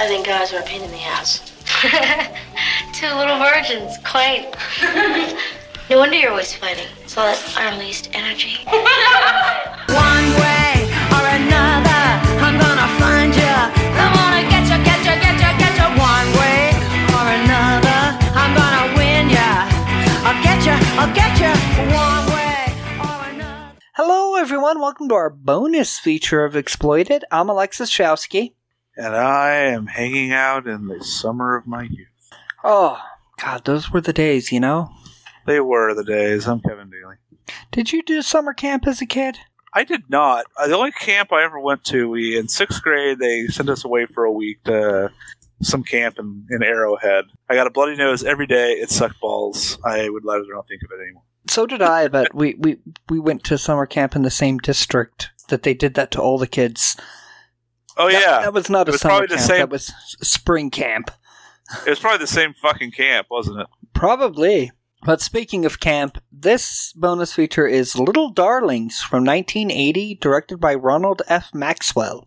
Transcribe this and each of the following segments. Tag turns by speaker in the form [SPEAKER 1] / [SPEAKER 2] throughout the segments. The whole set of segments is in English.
[SPEAKER 1] I think guys are a pain in the ass.
[SPEAKER 2] Two little virgins, quaint. no wonder you're always fighting. It's all that unleashed energy.
[SPEAKER 3] One way or another, I'm gonna find you. I'm gonna get you, get you, get you, get you. One way or another, I'm gonna win you. I'll get you, I'll get you. One way or another.
[SPEAKER 4] Hello, everyone. Welcome to our bonus feature of Exploited. I'm Alexis Showsky.
[SPEAKER 5] and I am hanging out in the summer of my youth.
[SPEAKER 4] Oh, God, those were the days, you know?
[SPEAKER 5] They were the days. I'm Kevin Daly.
[SPEAKER 4] Did you do summer camp as a kid?
[SPEAKER 5] I did not. uh, The only camp I ever went to, we in sixth grade, they sent us away for a week to some camp in, in Arrowhead. I got a bloody nose every day. It sucked balls. I would rather not think of it anymore.
[SPEAKER 4] So did I, but we, we, we went to summer camp in the same district that they did that to all the kids.
[SPEAKER 5] Oh
[SPEAKER 4] That-
[SPEAKER 5] yeah,
[SPEAKER 4] That, was not
[SPEAKER 5] It
[SPEAKER 4] a
[SPEAKER 5] was
[SPEAKER 4] summer
[SPEAKER 5] probably the
[SPEAKER 4] camp.
[SPEAKER 5] same-
[SPEAKER 4] That was s- spring camp.
[SPEAKER 5] it was probably the same fucking camp, wasn't it?
[SPEAKER 4] Probably. But speaking of camp, this bonus feature is Little Darlings from 1980, directed by Ronald F. Maxwell.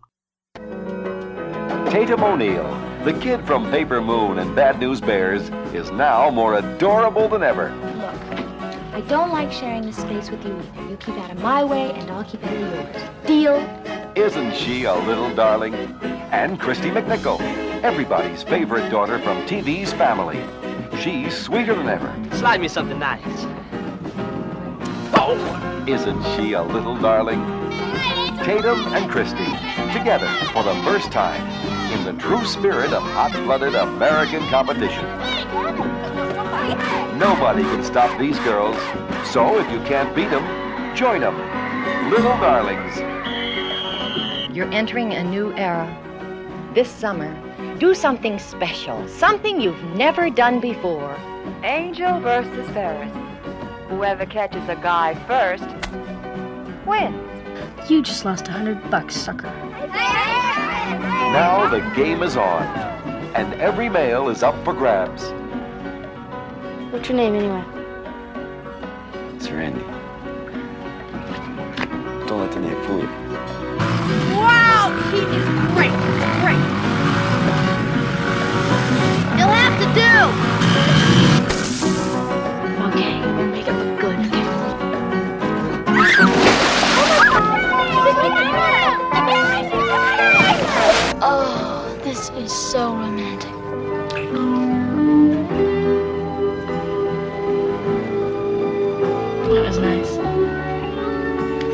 [SPEAKER 6] Tatum O'Neill, the kid from Paper Moon and Bad News Bears, is now more adorable than ever.
[SPEAKER 7] Look, I don't like sharing this space with you either. You keep out of my way, and I'll keep out of yours. Deal?
[SPEAKER 6] Isn't she a little darling? And Christy McNichol, everybody's favorite daughter from TV's Family. She's sweeter than ever.
[SPEAKER 8] Slide me something nice.
[SPEAKER 6] Oh, Isn't she a little darling? Tatum and Christy, together for the first time in the true spirit of hot-blooded American competition. Nobody can stop these girls, so if you can't beat them, join them. Little darlings.
[SPEAKER 9] You're entering a new era. This summer, do something special, something you've never done before. Angel versus Ferris. Whoever catches a guy first wins.
[SPEAKER 7] You just lost a hundred bucks, sucker.
[SPEAKER 6] Now the game is on, and every male is up for grabs.
[SPEAKER 1] What's your name anyway?
[SPEAKER 10] It's Randy. Don't let the name fool you.
[SPEAKER 3] Wow, he is great, great.
[SPEAKER 7] You'll have to do!
[SPEAKER 1] Okay, make it look good.
[SPEAKER 2] Oh, this is so romantic.
[SPEAKER 1] That was nice.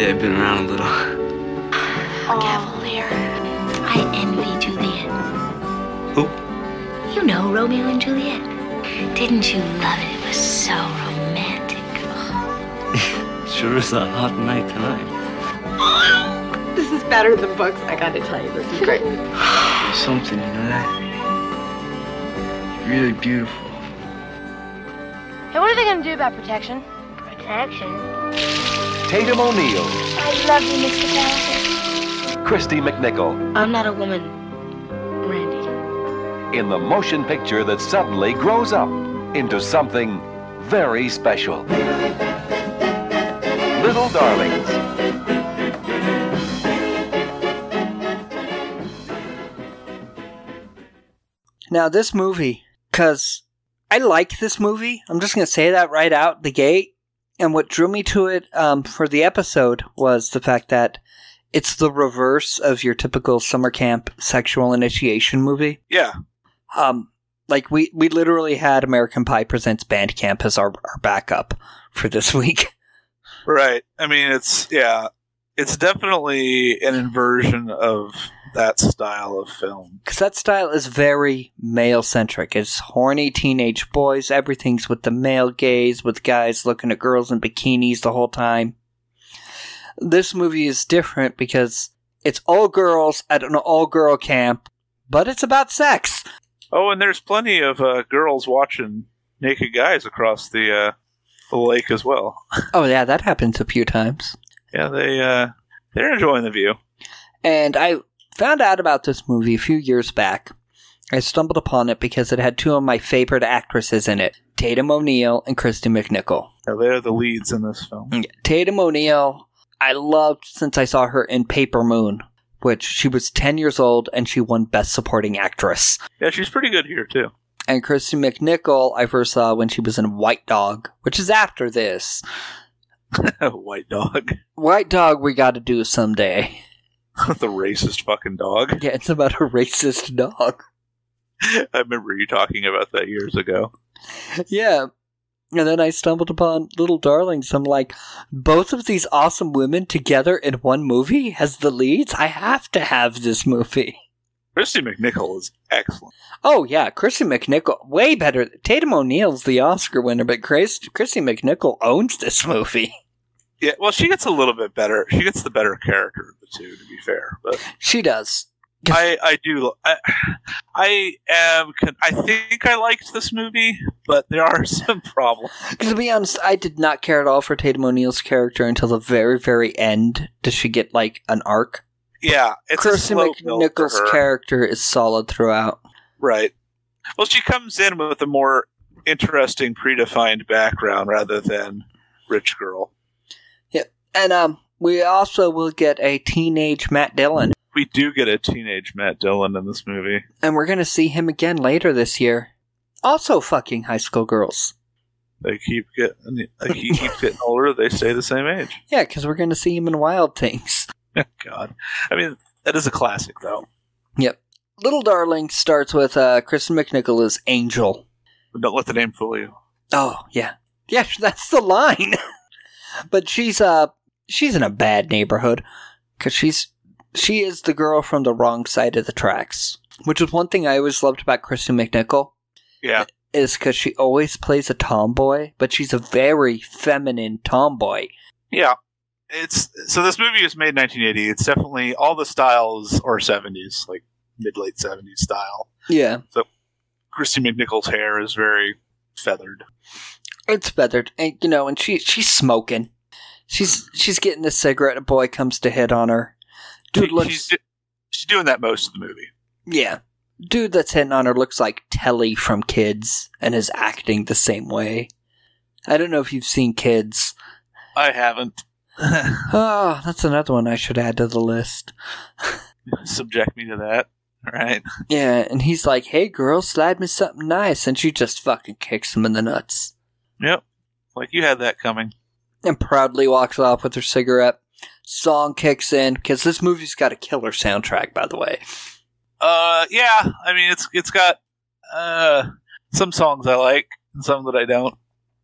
[SPEAKER 10] Yeah, I've been around a little.
[SPEAKER 2] Cavalier.
[SPEAKER 1] I envy Juliet.
[SPEAKER 10] Who?
[SPEAKER 1] You know Romeo and Juliet. Didn't you love it? It was so romantic.
[SPEAKER 10] Sure is a hot night tonight.
[SPEAKER 8] This is better than books, I gotta tell you. This is great.
[SPEAKER 10] There's something, you know that? Really beautiful.
[SPEAKER 7] Hey, what are they gonna do about protection? Protection?
[SPEAKER 6] Tatum O'Neill,
[SPEAKER 7] I love you, Mr. Patterson.
[SPEAKER 6] Christy McNichol,
[SPEAKER 1] I'm not a woman, Randy.
[SPEAKER 6] in the motion picture that suddenly grows up into something very special. Little darlings.
[SPEAKER 4] Now, this movie, because I like this movie, I'm just going to say that right out the gate. And what drew me to it um, for the episode was the fact that it's the reverse of your typical summer camp sexual initiation movie.
[SPEAKER 5] Yeah,
[SPEAKER 4] Um, like, we, we literally had American Pie Presents Band Camp as our, our backup for this week.
[SPEAKER 5] right. I mean, it's yeah, it's definitely an inversion of that style of film.
[SPEAKER 4] Because that style is very male centric. It's horny teenage boys. Everything's with the male gaze, with guys looking at girls in bikinis the whole time. This movie is different because it's all girls at an all girl camp, but it's about sex.
[SPEAKER 5] Oh, and there's plenty of uh, girls watching naked guys across the, uh, the lake as well.
[SPEAKER 4] Oh, yeah, that happens a few times.
[SPEAKER 5] Yeah, they uh, they're enjoying the view.
[SPEAKER 4] And I found out about this movie a few years back. I stumbled upon it because it had two of my favorite actresses in it Tatum O'Neill and Christy McNichol.
[SPEAKER 5] Yeah, they're the
[SPEAKER 4] Mm,
[SPEAKER 5] leads in this film.
[SPEAKER 4] Tatum O'Neill, I loved since I saw her in Paper Moon. which she was 10 years old and she won Best Supporting Actress.
[SPEAKER 5] Yeah, she's pretty good here too.
[SPEAKER 4] And Christy McNichol, I first saw when she was in White Dog, which is after this.
[SPEAKER 5] White dog.
[SPEAKER 4] White Dog, we got to do someday.
[SPEAKER 5] the racist fucking dog.
[SPEAKER 4] Yeah, it's about a racist dog.
[SPEAKER 5] I remember you talking about that years ago.
[SPEAKER 4] Yeah. And then I stumbled upon Little Darlings. I'm like, both of these awesome women together in one movie as the leads? I have to have this movie.
[SPEAKER 5] Christy McNichol is excellent.
[SPEAKER 4] Oh, yeah. Christy McNichol, way better. Tatum O'Neal's the Oscar winner, but Chris, Christy McNichol owns this movie.
[SPEAKER 5] Yeah, well, she gets a little bit better. She gets the better character of the two, to be fair. But
[SPEAKER 4] she does.
[SPEAKER 5] I, I do. I, I am. I think I liked this movie, but there are some problems.
[SPEAKER 4] To be honest, I did not care at all for Tatum O'Neal's character until the very, very end. Does she get like an arc?
[SPEAKER 5] Yeah, it's
[SPEAKER 4] Kristen
[SPEAKER 5] a slow build for
[SPEAKER 4] McNichol's
[SPEAKER 5] her.
[SPEAKER 4] character is solid throughout.
[SPEAKER 5] Right. Well, she comes in with a more interesting, predefined background rather than rich girl.
[SPEAKER 4] And um, we also will get a teenage Matt Dillon,
[SPEAKER 5] We do get a teenage Matt Dillon in this movie.
[SPEAKER 4] and we're gonna see him again later this year. Also, fucking high school girls.
[SPEAKER 5] They keep getting. Like he keeps getting older. They stay the same age.
[SPEAKER 4] Yeah, because we're gonna see him in Wild Things.
[SPEAKER 5] God, I mean that is a classic though.
[SPEAKER 4] Yep. Little Darling starts with uh, Kristen McNichol as Angel.
[SPEAKER 5] Don't let the name fool you.
[SPEAKER 4] Oh yeah, yeah, that's the line. but she's uh she's in a bad neighborhood because she's she is the girl from the wrong side of the tracks, which is one thing I always loved about Kristen McNichol.
[SPEAKER 5] Yeah,
[SPEAKER 4] is because she always plays a tomboy, but she's a very feminine tomboy.
[SPEAKER 5] yeah. It's so this movie was made in 1980. It's definitely all the styles are 70s, like mid late 70s style.
[SPEAKER 4] Yeah,
[SPEAKER 5] Christy McNichol's hair is very feathered.
[SPEAKER 4] it's feathered, and you know, and she she's smoking. She's she's getting a cigarette. A boy comes to hit on her. Dude
[SPEAKER 5] She-
[SPEAKER 4] looks.
[SPEAKER 5] she's, do- she's doing that most of the movie.
[SPEAKER 4] Yeah. Dude that's hitting on her looks like Telly from Kids and is acting the same way. I don't know if you've seen Kids.
[SPEAKER 5] I haven't
[SPEAKER 4] Oh, that's another one I should add to the list.
[SPEAKER 5] subject me to that. All right.
[SPEAKER 4] Yeah, and he's like, hey girl, slide me something nice. And she just fucking kicks him in the nuts
[SPEAKER 5] Yep. Like you had that coming.
[SPEAKER 4] and proudly walks off with her cigarette. Song kicks in because this movie's got a killer soundtrack, by the way.
[SPEAKER 5] Uh, yeah. I mean, it's it's got uh some songs I like and some that I don't.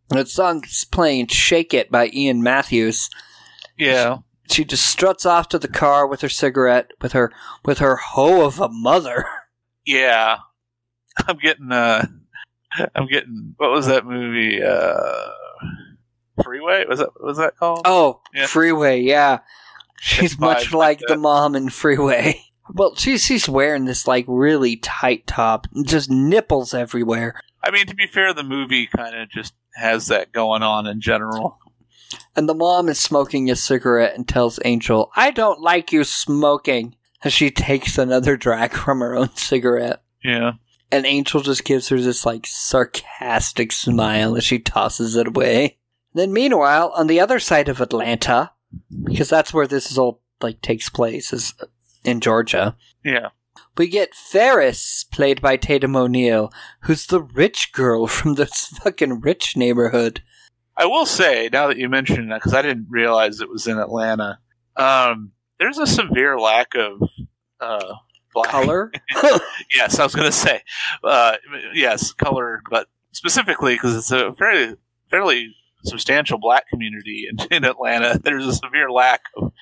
[SPEAKER 4] That song's playing Shake It by Ian Matthews.
[SPEAKER 5] Yeah.
[SPEAKER 4] she just struts off to the car with her cigarette, with her with her hoe of a mother.
[SPEAKER 5] Yeah. I'm getting uh I'm getting what was that movie? Uh Freeway? Was that what was that called?
[SPEAKER 4] Oh,
[SPEAKER 5] Yeah.
[SPEAKER 4] Freeway, yeah. She's
[SPEAKER 5] It's
[SPEAKER 4] much like
[SPEAKER 5] vibes like
[SPEAKER 4] the
[SPEAKER 5] that.
[SPEAKER 4] mom in Freeway. Well, she's she's wearing this like really tight top, just nipples everywhere.
[SPEAKER 5] I mean to be fair, the movie kinda just has that going on in general.
[SPEAKER 4] And the mom is smoking a cigarette and tells Angel, "I don't like you smoking." As she takes another drag from her own cigarette,
[SPEAKER 5] Yeah.
[SPEAKER 4] and Angel just gives her this like sarcastic smile as she tosses it away. Then, meanwhile, on the other side of Atlanta, because that's where this is all like takes place, is in Georgia.
[SPEAKER 5] Yeah.
[SPEAKER 4] We get Ferris, played by Tatum O'Neal, who's the rich girl from this fucking rich neighborhood.
[SPEAKER 5] I will say, now that you mention that, because I didn't realize it was in Atlanta, um, there's a severe lack of uh, black.
[SPEAKER 4] Color?
[SPEAKER 5] Yes, I was going to say, uh, yes, color, but specifically because it's a fairly fairly substantial black community in, in Atlanta. There's a severe lack of,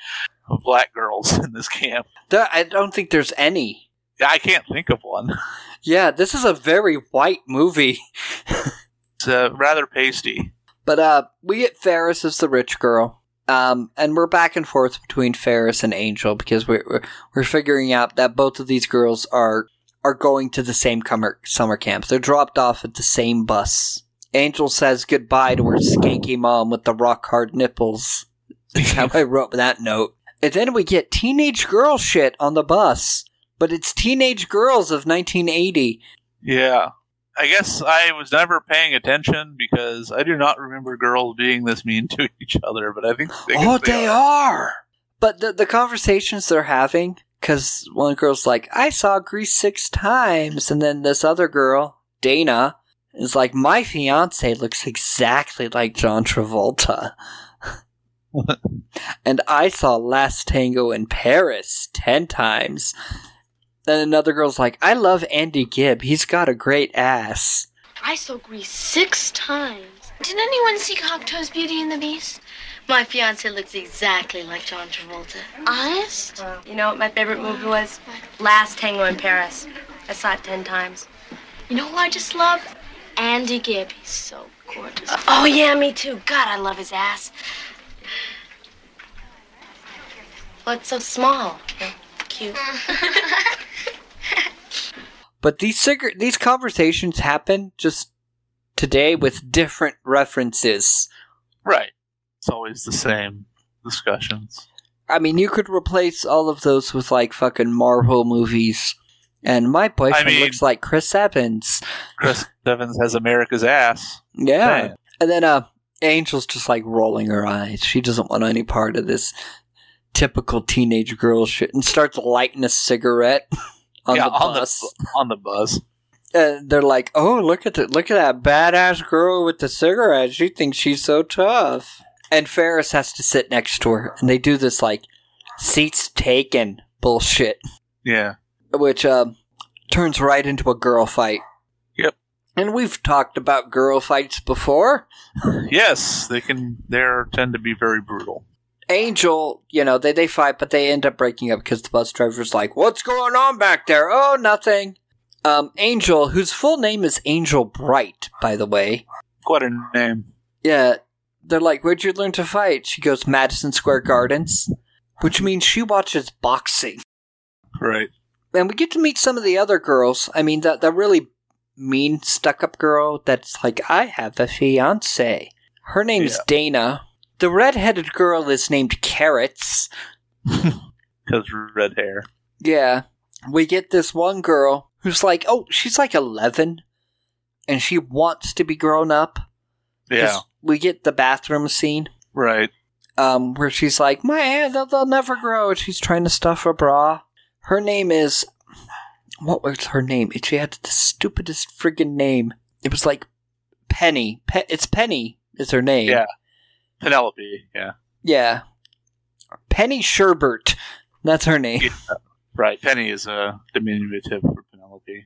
[SPEAKER 5] of black girls in this camp.
[SPEAKER 4] There- I don't think there's any.
[SPEAKER 5] I can't think of one.
[SPEAKER 4] Yeah, this is a very white movie.
[SPEAKER 5] It's uh, rather pasty.
[SPEAKER 4] But uh, we get Ferris as the rich girl, um, and we're back and forth between Ferris and Angel because we're we're, we're figuring out that both of these girls are are going to the same comer- summer camp. They're dropped off at the same bus. Angel says goodbye to her skanky mom with the rock hard nipples. That's how I wrote that note. And then we get teenage girl shit on the bus, but it's teenage girls of 1980.
[SPEAKER 5] Yeah. I guess I was never paying attention because I do not remember girls being this mean to each other, but I think I guess
[SPEAKER 4] Oh, they are. But the the conversations they're having, Because one girl's like, I saw Grease six times. And then this other girl, Dana, is like, my fiance looks exactly like John Travolta. and I saw Last Tango in Paris 10 times. Then another girl's like, I love Andy Gibb. He's got a great ass.
[SPEAKER 2] I saw Grease six times. Did anyone see Cocteau's Beauty and the Beast? My fiance looks exactly like John Travolta. Honest?
[SPEAKER 11] You know what my favorite movie was? Last Tango in Paris. I saw it ten times.
[SPEAKER 2] You know who I just love? Andy Gibb. He's so gorgeous.
[SPEAKER 11] oh, yeah, me too. God, I love his ass. Well, it's so small. Cute.
[SPEAKER 4] But these cigar- these conversations happen just today with different references.
[SPEAKER 5] Right. It's always the same discussions.
[SPEAKER 4] I mean, you could replace all of those with like fucking Marvel movies. And my boyfriend
[SPEAKER 5] mean-
[SPEAKER 4] looks like Chris Evans.
[SPEAKER 5] Chris Evans has America's ass.
[SPEAKER 4] Yeah.
[SPEAKER 5] Man.
[SPEAKER 4] And then uh Angel's just like rolling her eyes. She doesn't want any part of this typical teenage girl shit and starts lighting a cigarette on
[SPEAKER 5] yeah,
[SPEAKER 4] the
[SPEAKER 5] on
[SPEAKER 4] bus.
[SPEAKER 5] the bu- on the bus.
[SPEAKER 4] and they're like, "Oh, look at the, look at that badass girl with the cigarette. She thinks she's so tough." And Ferris has to sit next to her, and they do this like seats taken bullshit,
[SPEAKER 5] Yeah.
[SPEAKER 4] which um, turns right into a girl fight.
[SPEAKER 5] Yep.
[SPEAKER 4] And we've talked about girl fights before.
[SPEAKER 5] Yes, they can. They are- tend to be very brutal.
[SPEAKER 4] Angel, you know, they, they fight, but they end up breaking up because the bus driver's like, What's going on back there? Oh, nothing. Um, Angel, whose full name is Angel Bright, by the way,
[SPEAKER 5] Quite a name.
[SPEAKER 4] Yeah. They're like, Where'd you learn to fight? She goes, Madison Square Gardens, which means she watches boxing.
[SPEAKER 5] Right.
[SPEAKER 4] And we get to meet some of the other girls. I mean, that, that really mean, stuck up girl that's like, I have a fiance. Her name's Dana. The redheaded girl is named Carrots.
[SPEAKER 5] Because red hair.
[SPEAKER 4] Yeah. We get this one girl who's like, oh, she's like 11 and she wants to be grown up.
[SPEAKER 5] Yeah.
[SPEAKER 4] 'Cause We get the bathroom scene
[SPEAKER 5] Right.
[SPEAKER 4] um, where she's like, my aunt, they'll, they'll never grow. And she's trying to stuff her bra. Her name is. What was her name? And She had the stupidest friggin' name. It was like Penny. Pe- it's Penny, is her name.
[SPEAKER 5] Yeah. Penelope. Yeah.
[SPEAKER 4] Yeah. Penny Sherbert. That's her name.
[SPEAKER 5] Right. Penny is a diminutive for Penelope.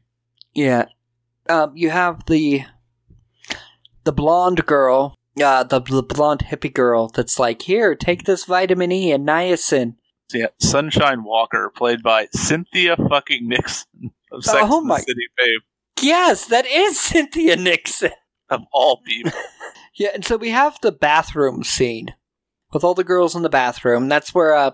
[SPEAKER 4] Yeah. Um, you have the the blonde girl, uh, the, the blonde hippie girl that's like, here, take this vitamin E and niacin.
[SPEAKER 5] So, yeah, Sunshine Walker, played by Cynthia fucking Nixon of Sex
[SPEAKER 4] Oh
[SPEAKER 5] and
[SPEAKER 4] my-
[SPEAKER 5] the City fame
[SPEAKER 4] Yes, that is Cynthia Nixon.
[SPEAKER 5] of all people.
[SPEAKER 4] Yeah, and so we have the bathroom scene with all the girls in the bathroom. That's where uh,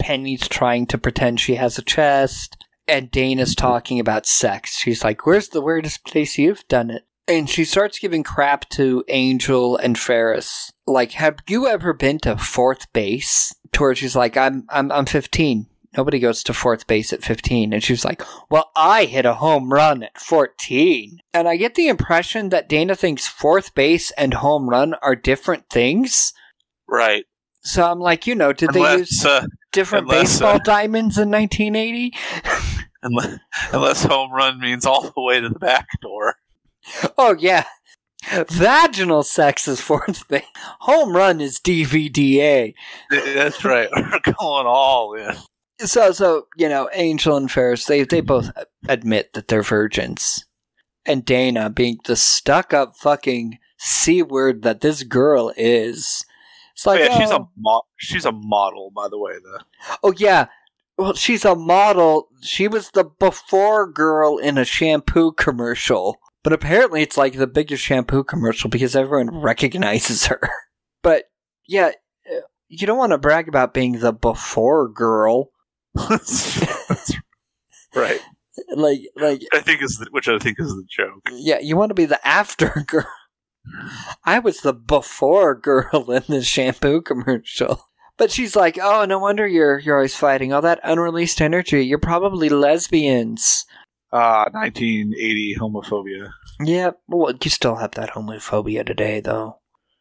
[SPEAKER 4] Penny's trying to pretend she has a chest, and Dana's talking about sex. She's like, "Where's the weirdest place you've done it?" And she starts giving crap to Angel and Ferris. Like, have you ever been to fourth base? To where she's like, "I'm I'm I'm 15." Nobody goes to fourth base at 15. And she's like, Well, I hit a home run at 14. And I get the impression that Dana thinks fourth base and home run are different things.
[SPEAKER 5] right.
[SPEAKER 4] So I'm like, you know, did they
[SPEAKER 5] unless,
[SPEAKER 4] use
[SPEAKER 5] uh,
[SPEAKER 4] different
[SPEAKER 5] unless,
[SPEAKER 4] baseball
[SPEAKER 5] uh,
[SPEAKER 4] diamonds in 1980?
[SPEAKER 5] unless, unless home run means all the way to the back door.
[SPEAKER 4] Oh, yeah. Vaginal sex is fourth base. Home run is DVDA.
[SPEAKER 5] That's right. We're going all in.
[SPEAKER 4] So, so you know, Angel and Ferris, they they both admit that they're virgins, and Dana, being the stuck-up fucking c-word that this girl is, it's
[SPEAKER 5] Oh,
[SPEAKER 4] like, oh,
[SPEAKER 5] yeah, she's a mo- she's a model, by the way. Though
[SPEAKER 4] oh yeah, well, she's a model. She was the before girl in a shampoo commercial, but apparently it's like the biggest shampoo commercial because everyone recognizes her. But yeah, uh, you don't want to brag about being the before girl,
[SPEAKER 5] That's right.
[SPEAKER 4] like like
[SPEAKER 5] I think is the, which I think is the joke.
[SPEAKER 4] Yeah, you want to be the after girl. I was the before girl in the shampoo commercial. But she's like, "Oh, no wonder you're you're always fighting all that unreleased energy. You're probably lesbians."
[SPEAKER 5] Ah, 1980 homophobia,
[SPEAKER 4] Yeah, well, you still have that homophobia today, though.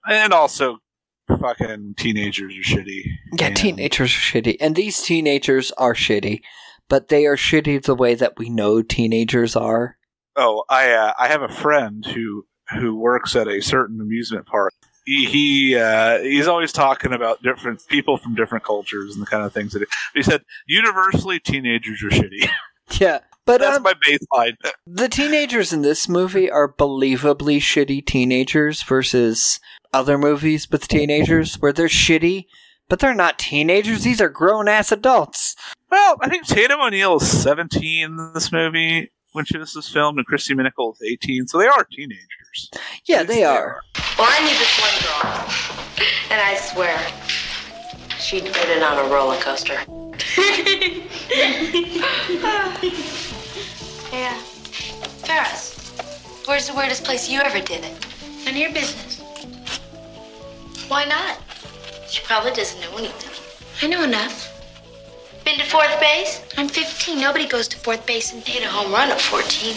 [SPEAKER 5] and also fucking teenagers are shitty.
[SPEAKER 4] Yeah,
[SPEAKER 5] And-
[SPEAKER 4] teenagers are shitty, and these teenagers are shitty. but they are shitty the way that we know teenagers are.
[SPEAKER 5] Oh, I uh, I have a friend who who works at a certain amusement park. He, he uh, he's always talking about different people from different cultures and the kind of things that he, he said. Universally, teenagers are shitty.
[SPEAKER 4] Yeah, but
[SPEAKER 5] That's
[SPEAKER 4] um,
[SPEAKER 5] my baseline.
[SPEAKER 4] the teenagers in this movie are believably shitty teenagers versus other movies with teenagers where they're shitty, but they're not teenagers. These are grown ass adults.
[SPEAKER 5] Well, I think Tatum O'Neill is 17 in this movie when she was this filmed, and Christy Minicle is 18, so they are teenagers.
[SPEAKER 4] Yeah, they are.
[SPEAKER 11] Well, I knew this one girl, and I swear, she'd been in on a roller coaster.
[SPEAKER 2] yeah. Ferris, where's the weirdest place you ever did it? None of your business. Why not?
[SPEAKER 11] She probably doesn't know anything.
[SPEAKER 2] I know enough. Been to fourth base? I'm 15. Nobody goes to fourth base and hit a home run at 14.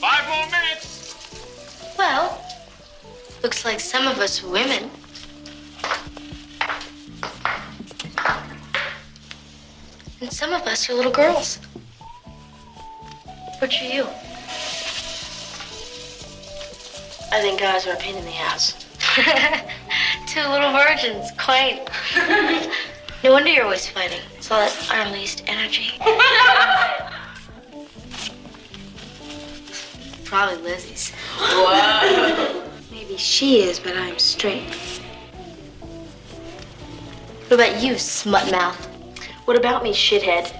[SPEAKER 12] Five more minutes.
[SPEAKER 2] Well, looks like some of us women. And some of us are little girls. Which are you?
[SPEAKER 11] I think guys are a pain in the ass.
[SPEAKER 2] Two little virgins, quaint. no wonder you're always fighting. It's all that unleashed energy.
[SPEAKER 11] Probably Lizzie's.
[SPEAKER 2] Maybe she is, but I'm straight. What about you, smut mouth?
[SPEAKER 11] What about me, shithead?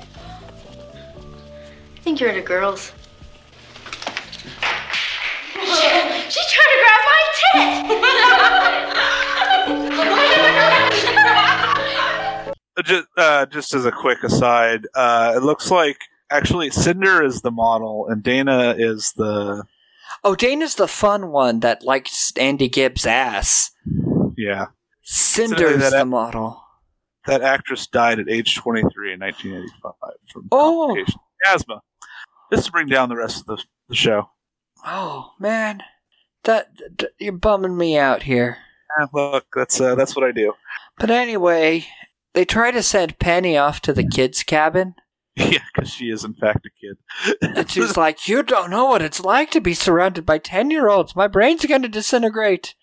[SPEAKER 2] I think you're into girls. She tried to grab my
[SPEAKER 5] Uh, Just, uh, just as a quick aside, uh, it looks like actually Cinder is the model and Dana is the
[SPEAKER 4] Oh, Dana's the fun one that likes Andy Gibbs' ass.
[SPEAKER 5] yeah.
[SPEAKER 4] Cinder's
[SPEAKER 5] That-
[SPEAKER 4] the model.
[SPEAKER 5] That actress died at age 23 in 1985 from
[SPEAKER 4] Oh.
[SPEAKER 5] complications of asthma. This to bring down the rest of the, the show.
[SPEAKER 4] Oh man, that d- you're bumming me out here.
[SPEAKER 5] Eh, look, that's uh, that's what I do.
[SPEAKER 4] But anyway, they try to send Penny off to the kids' cabin,
[SPEAKER 5] Yeah, because she is in fact a kid.
[SPEAKER 4] and she's like, "You don't know what it's like to be surrounded by ten-year-olds. My brain's going to disintegrate."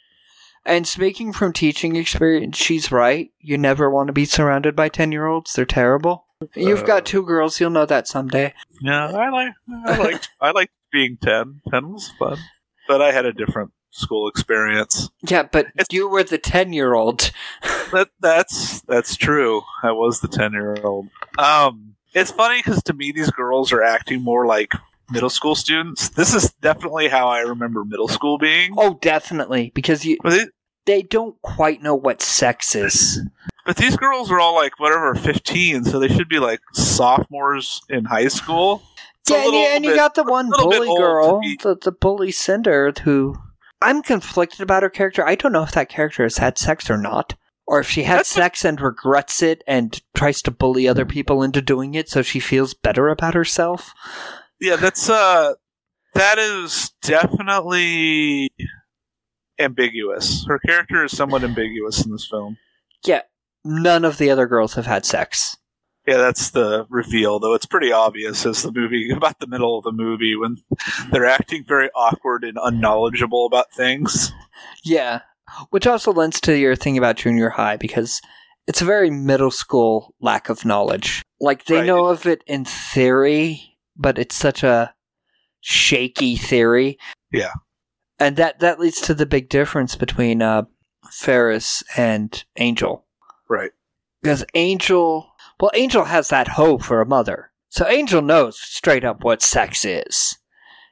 [SPEAKER 4] And speaking from teaching experience, she's right. You never want to be surrounded by ten-year-olds. They're terrible. You've got two girls. You'll know that someday.
[SPEAKER 5] Yeah, I like I liked I liked being 10. 10 was fun, but I had a different school experience.
[SPEAKER 4] Yeah, but you were the ten-year-old.
[SPEAKER 5] That that's that's true. I was the 10 year old. Um, it's funny because to me these girls are acting more like middle school students. This is definitely how I remember middle school being.
[SPEAKER 4] Oh, definitely, because you they don't quite know what sex is.
[SPEAKER 5] But these girls are all like whatever 15, so they should be like sophomores in high school. It's a
[SPEAKER 4] yeah, and you,
[SPEAKER 5] little
[SPEAKER 4] and you
[SPEAKER 5] bit-
[SPEAKER 4] got the one
[SPEAKER 5] little bit
[SPEAKER 4] bully
[SPEAKER 5] old to
[SPEAKER 4] girl,
[SPEAKER 5] be-
[SPEAKER 4] the, the bully Cinder, who I'm conflicted about her character. I don't know if that character has had sex or not, or if she had sex and regrets it and tries to bully other people into doing it so she feels better about herself.
[SPEAKER 5] Yeah, that's uh that is definitely ambiguous. Her character is somewhat ambiguous in this film.
[SPEAKER 4] Yeah, none of the other girls have had sex.
[SPEAKER 5] Yeah, that's the reveal, though it's pretty obvious as the movie about the middle of the movie when they're acting very awkward and unknowledgeable about things.
[SPEAKER 4] Yeah, which also lends to your thing about junior high because it's a very middle school lack of knowledge. Like they know of it in theory, but it's such a shaky theory.
[SPEAKER 5] Yeah.
[SPEAKER 4] And that that leads to the big difference between uh, Ferris and Angel.
[SPEAKER 5] Right.
[SPEAKER 4] Because Angel, well, Angel has that hope for a mother. So Angel knows straight up what sex is.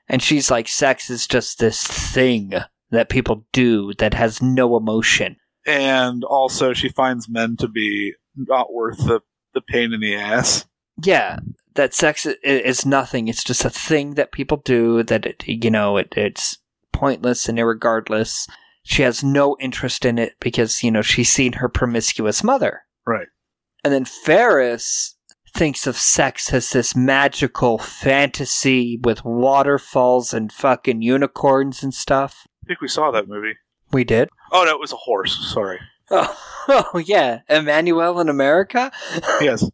[SPEAKER 4] And she's like, sex is just this thing that people do that has no emotion.
[SPEAKER 5] And also she finds men to be not worth the, the pain in the ass.
[SPEAKER 4] Yeah, that sex i- is nothing. It's just a thing that people do that, it, you know, it, it's pointless and irregardless. She has no interest in it because, you know, she's seen her promiscuous mother.
[SPEAKER 5] Right.
[SPEAKER 4] And then Ferris thinks of sex as this magical fantasy with waterfalls and fucking unicorns and stuff.
[SPEAKER 5] I think we saw that movie.
[SPEAKER 4] We did.
[SPEAKER 5] Oh no, it was a horse, sorry.
[SPEAKER 4] Oh, yeah. Emmanuel in America?
[SPEAKER 5] Yes.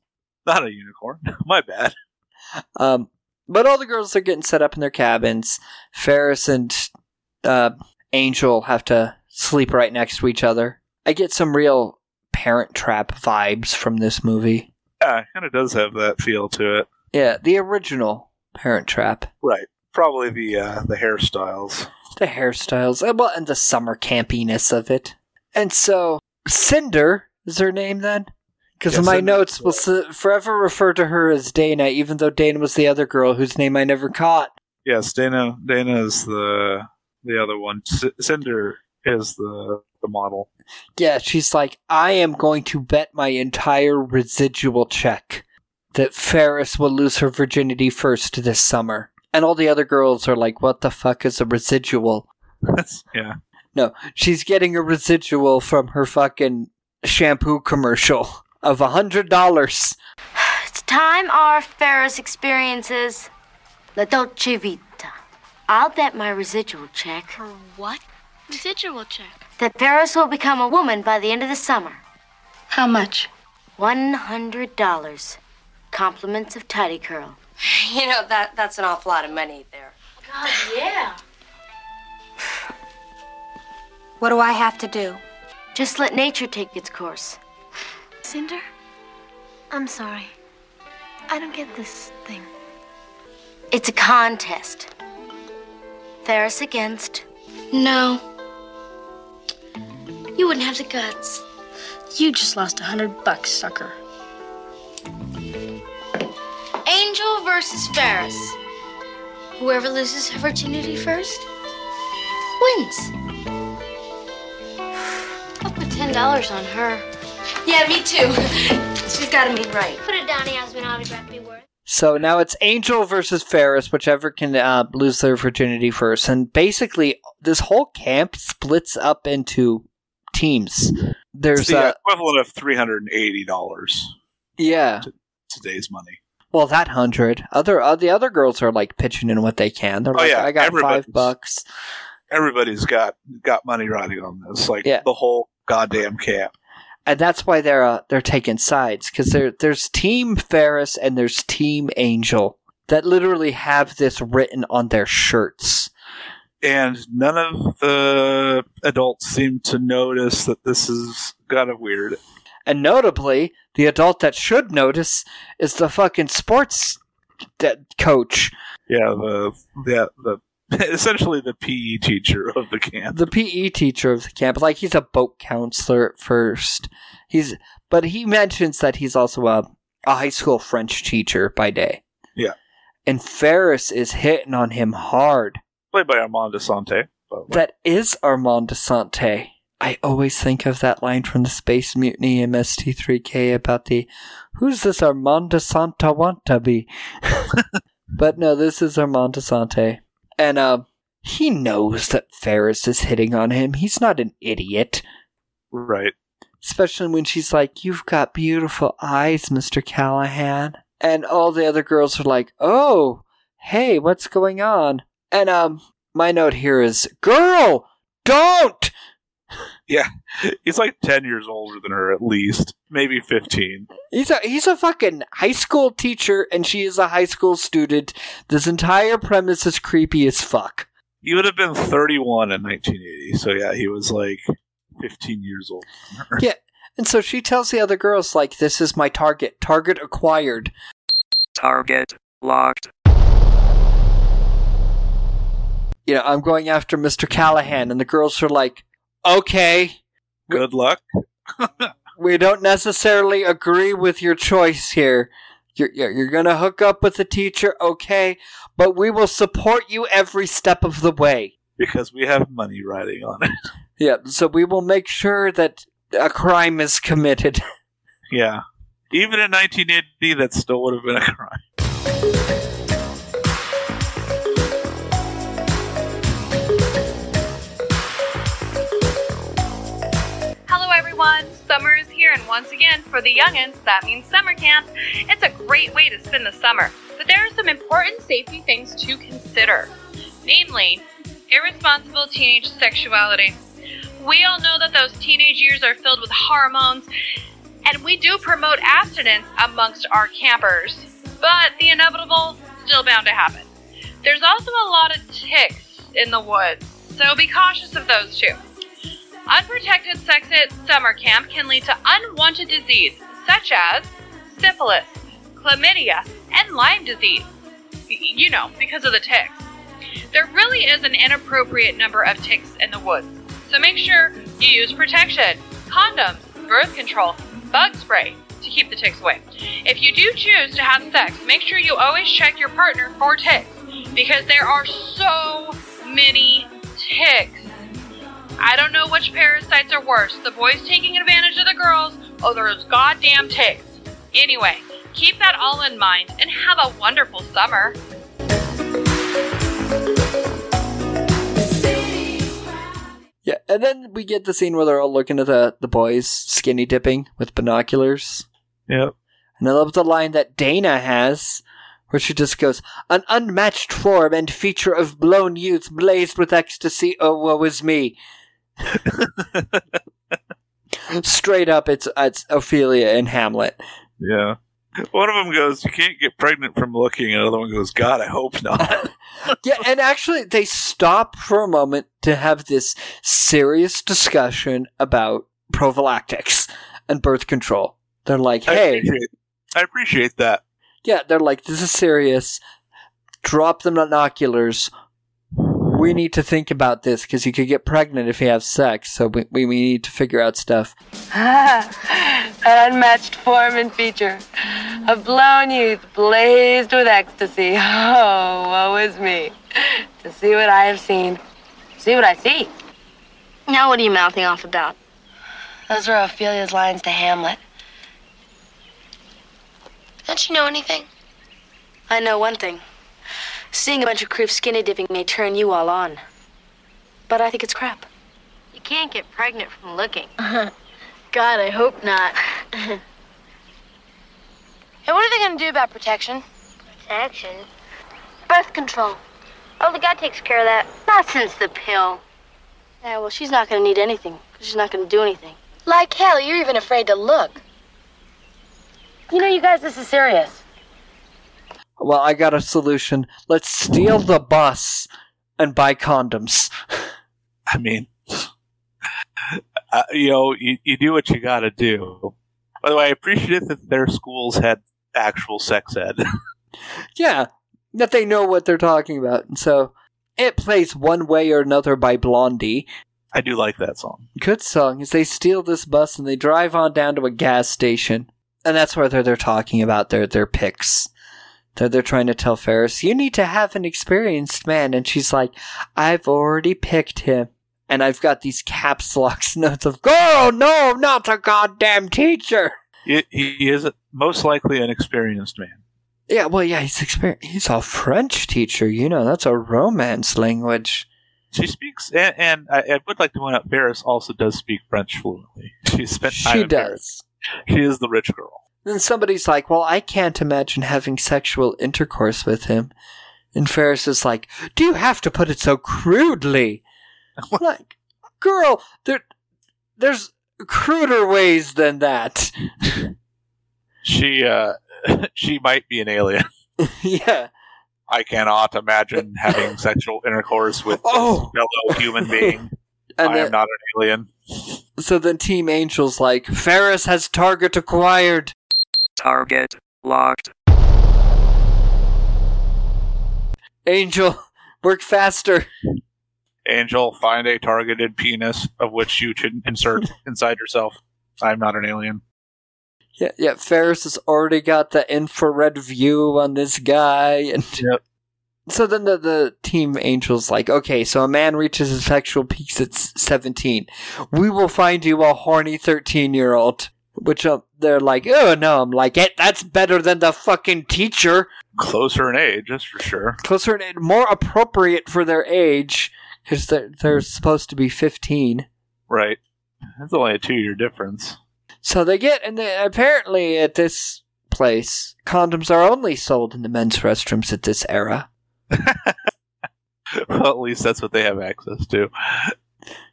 [SPEAKER 5] Not a unicorn. My bad.
[SPEAKER 4] Um, but all the girls are getting set up in their cabins. Ferris and uh, Angel have to sleep right next to each other. I get some real Parent Trap vibes from this movie.
[SPEAKER 5] Yeah, it kind of does have that feel to it.
[SPEAKER 4] Yeah, the original Parent Trap.
[SPEAKER 5] Right. Probably the uh, the hairstyles.
[SPEAKER 4] The hairstyles, and, well, and the summer campiness of it. And so, Cinder is her name then? Because
[SPEAKER 5] Yeah,
[SPEAKER 4] my
[SPEAKER 5] Cinder,
[SPEAKER 4] notes will s- forever refer to her as Dana, even though Dana was the other girl whose name I never caught.
[SPEAKER 5] Yes, Dana. Dana is the the other one. C- Cinder is the the model.
[SPEAKER 4] Yeah, she's like, I am going to bet my entire residual check that Ferris will lose her virginity first this summer. And all the other girls are like, what the fuck is a residual?
[SPEAKER 5] Yeah.
[SPEAKER 4] No, she's getting a residual from her fucking shampoo commercial of a hundred dollars.
[SPEAKER 13] It's time our Ferris experiences la dolce vita. I'll bet my residual check
[SPEAKER 2] Her what? Residual check.
[SPEAKER 13] that Ferris will become a woman by the end of the summer. How much? One hundred dollars. Compliments of Tidy Curl.
[SPEAKER 11] You know, that that's an awful lot of money there.
[SPEAKER 13] God, yeah.
[SPEAKER 11] What do I have to do?
[SPEAKER 13] Just let nature take its course.
[SPEAKER 2] Cinder? I'm sorry. I don't get this thing.
[SPEAKER 13] It's a contest. Ferris against.
[SPEAKER 2] No. You wouldn't have the guts. You just lost a hundred bucks, sucker. Angel versus Ferris. Whoever loses her virginity first wins. I'll put ten dollars on her.
[SPEAKER 11] Yeah, me too. She's got to mean right.
[SPEAKER 2] Put it down, he has been autographed me worth.
[SPEAKER 4] So now it's Angel versus Ferris, whichever can uh, lose their virginity first. And basically, this whole camp splits up into teams.
[SPEAKER 5] It's
[SPEAKER 4] There's
[SPEAKER 5] the
[SPEAKER 4] a
[SPEAKER 5] equivalent of three hundred and eighty dollars
[SPEAKER 4] yeah.
[SPEAKER 5] today's money.
[SPEAKER 4] Well, that hundred. Other uh, the other girls are like pitching in what they can. They're
[SPEAKER 5] Oh,
[SPEAKER 4] like,
[SPEAKER 5] yeah,
[SPEAKER 4] I got
[SPEAKER 5] everybody's-
[SPEAKER 4] five bucks.
[SPEAKER 5] Everybody's got got money riding on this. Like
[SPEAKER 4] Yeah.
[SPEAKER 5] the whole goddamn camp.
[SPEAKER 4] and that's why they're uh, they're taking sides because there there's Team Ferris and there's Team Angel that literally have this written on their shirts.
[SPEAKER 5] And none of the adults seem to notice that this is kind of weird.
[SPEAKER 4] And notably, the adult that should notice is the fucking sports that coach,
[SPEAKER 5] Yeah, the the, the essentially the PE teacher of the camp.
[SPEAKER 4] the PE teacher of the camp. Like he's a boat counselor at first. He's but he mentions that he's also a a high school French teacher by day.
[SPEAKER 5] Yeah,
[SPEAKER 4] And Ferris is hitting on him hard.
[SPEAKER 5] played by Armand Desante. But
[SPEAKER 4] That is Armand DeSante. I always think of that line from the Space Mutiny MST3K about the who's this Armand DeSanta want to be? but no, this is Armand DeSante. And um he knows that Ferris is hitting on him. He's not an idiot.
[SPEAKER 5] Right.
[SPEAKER 4] Especially when she's like, You've got beautiful eyes, Mr. Callahan. And all the other girls are like, Oh, hey, what's going on? And um my note here is Girl, don't
[SPEAKER 5] yeah, he's like ten years older than her at least, maybe fifteen.
[SPEAKER 4] He's a he's a fucking high school teacher and she is a high school student. This entire premise is creepy as fuck.
[SPEAKER 5] He would have been thirty-one in nineteen eighty. So yeah, he was like fifteen years old.
[SPEAKER 4] Yeah. And so she tells the other girls like this is my target. Target acquired.
[SPEAKER 14] Target locked.
[SPEAKER 4] You know, I'm going after Mr. Callahan and the girls are like, "Okay,
[SPEAKER 5] Good luck.
[SPEAKER 4] we don't necessarily agree with your choice here. You're, you're, you're going to hook up with the teacher, okay, but we will support you every step of the way.
[SPEAKER 5] because we have money riding on it.
[SPEAKER 4] Yeah, so we will make sure that a crime is committed.
[SPEAKER 5] Yeah. Even in 1980, that still would have been a crime.
[SPEAKER 15] Hello, everyone. Summer is here, and once again, for the youngins, that means summer camp. It's a great way to spend the summer, but there are some important safety things to consider. Namely, irresponsible teenage sexuality. We all know that those teenage years are filled with hormones and we do promote abstinence amongst our campers, but the inevitable still bound to happen. There's also a lot of ticks in the woods, so be cautious of those too. Unprotected sex at summer camp can lead to unwanted disease such as syphilis, chlamydia, and Lyme disease. You know, because of the ticks. There really is an inappropriate number of ticks in the woods, so make sure you use protection, condoms, birth control, bug spray to keep the ticks away. If you do choose to have sex, make sure you always check your partner for ticks because there are so many ticks. I don't know which parasites are worse the boys taking advantage of the girls or those goddamn ticks. Anyway, keep that all in mind and have a wonderful summer.
[SPEAKER 4] Yeah, and then we get the scene where they're all looking at the, the boys skinny dipping with binoculars.
[SPEAKER 5] Yep.
[SPEAKER 4] And I love the line that Dana has, where she just goes, An unmatched form and feature of blown youth blazed with ecstasy, oh woe is me. Straight up, it's, it's Ophelia in Hamlet.
[SPEAKER 5] Yeah. One of them goes, "You can't get pregnant from looking," and another one goes, "God, I hope not."
[SPEAKER 4] yeah, and actually, they stop for a moment to have this serious discussion about prophylactics and birth control. They're like,
[SPEAKER 5] I
[SPEAKER 4] "Hey,
[SPEAKER 5] appreciate- I appreciate that.
[SPEAKER 4] yeah," they're like, "This is serious. Drop them binoculars. We need to think about this because you could get pregnant if you have sex. So we we, we need to figure out stuff."
[SPEAKER 8] An unmatched form and feature. A blown youth blazed with ecstasy. Oh, woe is me. To see what I have seen. See what I see.
[SPEAKER 2] Now, what are you mouthing off about?
[SPEAKER 8] Those were Ophelia's lines to Hamlet.
[SPEAKER 13] Don't you know anything? I know one thing. Seeing a bunch of creeps skinny dipping may turn you all on. But I think it's crap.
[SPEAKER 2] You can't get pregnant from looking.
[SPEAKER 13] Uh-huh.
[SPEAKER 2] God, I hope not. hey,
[SPEAKER 11] what are they going to do about protection? Protection? Birth control. Oh, the guy takes care of that.
[SPEAKER 13] Not since the pill. Yeah, well, she's not gonna need anything, 'cause she's not gonna do anything.
[SPEAKER 11] Like hell, you're even afraid to look.
[SPEAKER 9] You know, you guys, this is serious.
[SPEAKER 4] Well, I got a solution. Let's steal the bus and buy condoms.
[SPEAKER 5] I mean, uh, you know, you, you do what you got to do. By the way, I appreciate that their schools had actual sex ed.
[SPEAKER 4] Yeah, that they know what they're talking about. And so it plays one way or another by Blondie.
[SPEAKER 5] I do like that song.
[SPEAKER 4] Good song is they steal this bus and they drive on down to a gas station. And that's where they're, they're talking about their, their picks. They're, they're trying to tell Ferris, you need to have an experienced man. And she's like, I've already picked him. And I've got these caps locks notes of, girl, no, not a goddamn teacher.
[SPEAKER 5] He, he is most likely an experienced man.
[SPEAKER 4] Yeah, well, yeah, he's exper- He's a French teacher, you know. That's a romance language.
[SPEAKER 5] She speaks, and, and I, I would like to point out, Ferris also does speak French fluently. She spent time
[SPEAKER 4] She
[SPEAKER 5] in Paris. She is the rich girl.
[SPEAKER 4] Then somebody's like, "Well, I can't imagine having sexual intercourse with him," and Ferris is like, "Do you have to put it so crudely?" I'm like, girl, there, there's cruder ways than that.
[SPEAKER 5] She uh, she might be an alien.
[SPEAKER 4] yeah.
[SPEAKER 5] I cannot imagine having sexual intercourse with
[SPEAKER 4] Oh.
[SPEAKER 5] a fellow human being.
[SPEAKER 4] And
[SPEAKER 5] I
[SPEAKER 4] the-
[SPEAKER 5] am not an alien.
[SPEAKER 4] So then Team Angel's like, "Ferris has target acquired."
[SPEAKER 14] Target locked.
[SPEAKER 4] Angel, work faster.
[SPEAKER 5] Angel, find a targeted penis of which you should insert inside yourself. I'm not an alien.
[SPEAKER 4] Yeah, yeah. Ferris has already got the infrared view on this guy, and so then the, the team angels like, okay, so a man reaches his sexual peaks at s- seventeen. We will find you a horny thirteen year old. Which uh, they're like, oh no, I'm like, it. That's better than the fucking teacher.
[SPEAKER 5] Closer in age, that's for sure.
[SPEAKER 4] Closer and more appropriate for their age, because they're, they're supposed to be fifteen.
[SPEAKER 5] Right. That's only a two year difference.
[SPEAKER 4] So they get, and they, apparently at this place, condoms are only sold in the men's restrooms at this era.
[SPEAKER 5] well, at least that's what they have access to.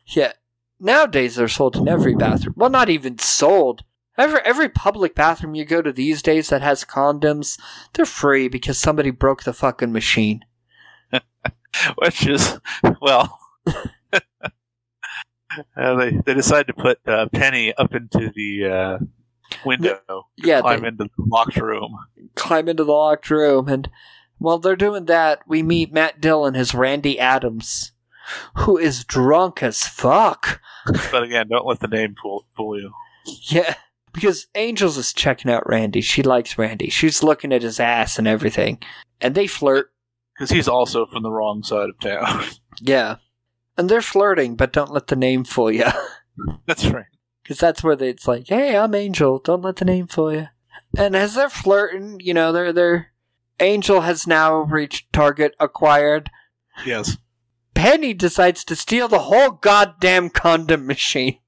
[SPEAKER 4] Yeah. Nowadays they're sold in every bathroom. Well, not even sold. Every, every public bathroom you go to these days that has condoms, they're free because somebody broke the fucking machine.
[SPEAKER 5] Which is, well, uh, they they decide to put uh, Penny up into the uh, window, to
[SPEAKER 4] yeah,
[SPEAKER 5] climb
[SPEAKER 4] they-
[SPEAKER 5] into the locked room.
[SPEAKER 4] Climb into the locked room, and while they're doing that, we meet Matt Dillon as Randy Adams, who is drunk as fuck.
[SPEAKER 5] But again, don't let the name fool, fool you.
[SPEAKER 4] Yeah, because Angels is checking out Randy. She likes Randy. She's looking at his ass and everything, and they flirt.
[SPEAKER 5] Because he's also from the wrong side of town.
[SPEAKER 4] Yeah, and they're flirting, but don't let the name fool you.
[SPEAKER 5] That's right.
[SPEAKER 4] Because that's where they, it's like, hey, I'm Angel. Don't let the name fool you. And as they're flirting, you know, they're they're Angel has now reached target acquired.
[SPEAKER 5] Yes.
[SPEAKER 4] Penny decides to steal the whole goddamn condom machine.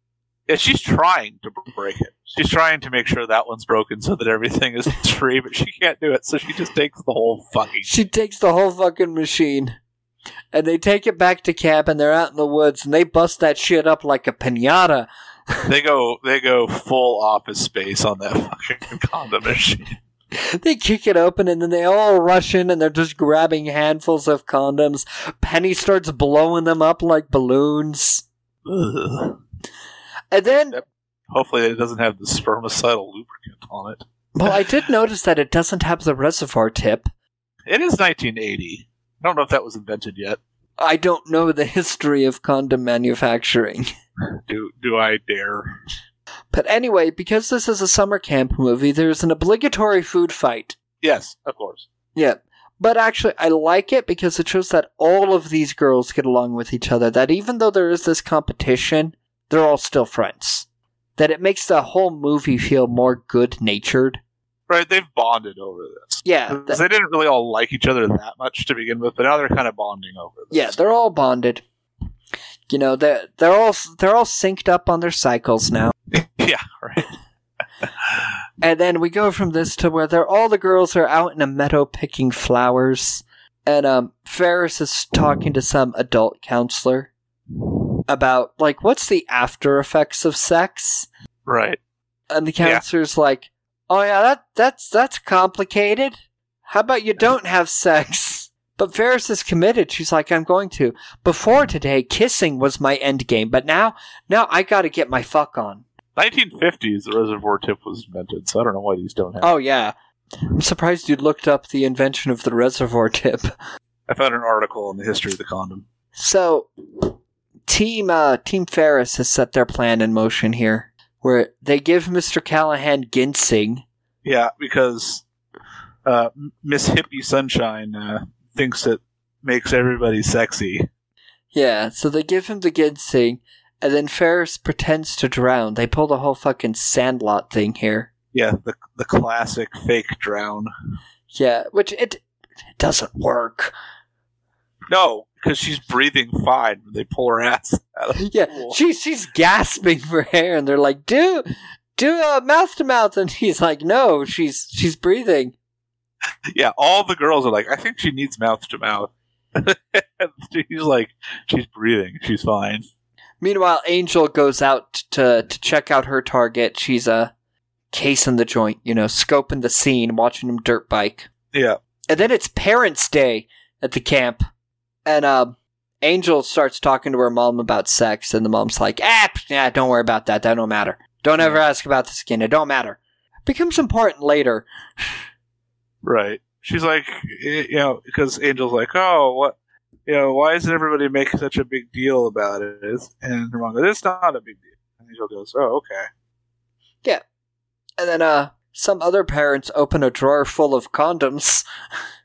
[SPEAKER 5] Yeah, she's trying to break it. She's trying to make sure that one's broken so that everything is free, but she can't do it, so she just takes the whole fucking.
[SPEAKER 4] She takes the whole fucking machine. And they take it back to camp and they're out in the woods and they bust that shit up like a pinata.
[SPEAKER 5] They go, they go full office space on that fucking condom machine.
[SPEAKER 4] They kick it open and then they all rush in and they're just grabbing handfuls of condoms. Penny starts blowing them up like balloons.
[SPEAKER 5] Ugh.
[SPEAKER 4] And then,
[SPEAKER 5] Hopefully, it doesn't have the spermicidal lubricant on it.
[SPEAKER 4] well, I did notice that it doesn't have the reservoir tip.
[SPEAKER 5] It is 1980. I don't know if that was invented yet.
[SPEAKER 4] I don't know the history of condom manufacturing.
[SPEAKER 5] Do do I dare?
[SPEAKER 4] But anyway, because this is a summer camp movie, there's an obligatory food fight.
[SPEAKER 5] Yes, of course.
[SPEAKER 4] Yeah. But actually, I like it because it shows that all of these girls get along with each other. That even though there is this competition, they're all still friends. That it makes the whole movie feel more good natured.
[SPEAKER 5] Right, they've bonded over this.
[SPEAKER 4] Yeah,
[SPEAKER 5] 'Cause
[SPEAKER 4] that-
[SPEAKER 5] they didn't really all like each other that much to begin with, but now they're kind of bonding over. This.
[SPEAKER 4] Yeah, they're all bonded. You know, they're, they're, all, they're all synced up on their cycles now.
[SPEAKER 5] Yeah, right.
[SPEAKER 4] And then we go from this to where they're all the girls are out in a meadow picking flowers, and um, Ferris is talking to some adult counselor about like what's the after effects of sex,
[SPEAKER 5] Right.
[SPEAKER 4] and the
[SPEAKER 5] Yeah.
[SPEAKER 4] counselor's like, "Oh yeah, that that's that's complicated. How about you don't have sex?" But Ferris is committed. She's like, "I'm going to." Before today, kissing was my end game, but now, now I got to get my fuck on.
[SPEAKER 5] 1950s, the reservoir tip was invented, so I don't know why these don't have.
[SPEAKER 4] Oh yeah. I'm surprised you looked up the invention of the reservoir tip.
[SPEAKER 5] I found an article on the history of the condom.
[SPEAKER 4] So team uh team Ferris has set their plan in motion here where they give Mr. Callahan ginseng.
[SPEAKER 5] Yeah, because uh, M- Miss Hippie Sunshine uh, thinks it makes everybody sexy.
[SPEAKER 4] Yeah, so they give him the ginseng and then Ferris pretends to drown. They pull the whole fucking sandlot thing here.
[SPEAKER 5] Yeah, the the classic fake drown.
[SPEAKER 4] Yeah, which it, it doesn't work.
[SPEAKER 5] No, because she's breathing fine when they pull her ass out of the
[SPEAKER 4] Yeah,
[SPEAKER 5] pool.
[SPEAKER 4] she she's gasping for air and they're like, "Do do a mouth to mouth." And he's like, "No, she's she's breathing."
[SPEAKER 5] Yeah, all the girls are like, I think she needs mouth to mouth. She's like, she's breathing. She's fine.
[SPEAKER 4] Meanwhile, Angel goes out to to check out her target. She's uh, casing the joint, you know, scoping the scene, watching him dirt bike.
[SPEAKER 5] Yeah.
[SPEAKER 4] And then it's Parents' Day at the camp, and um, Angel starts talking to her mom about sex, and the mom's like, "Ah, pff, nah, don't worry about that. That don't matter. Don't ever ask about this again. It don't matter." Becomes important later.
[SPEAKER 5] Right. She's like, eh, you know, because Angel's like, oh, what, you know, why is everybody making such a big deal about it? It's- And her mom goes, it's not a big deal. And Angel goes, oh, okay.
[SPEAKER 4] Yeah. And then uh, some other parents open a drawer full of condoms.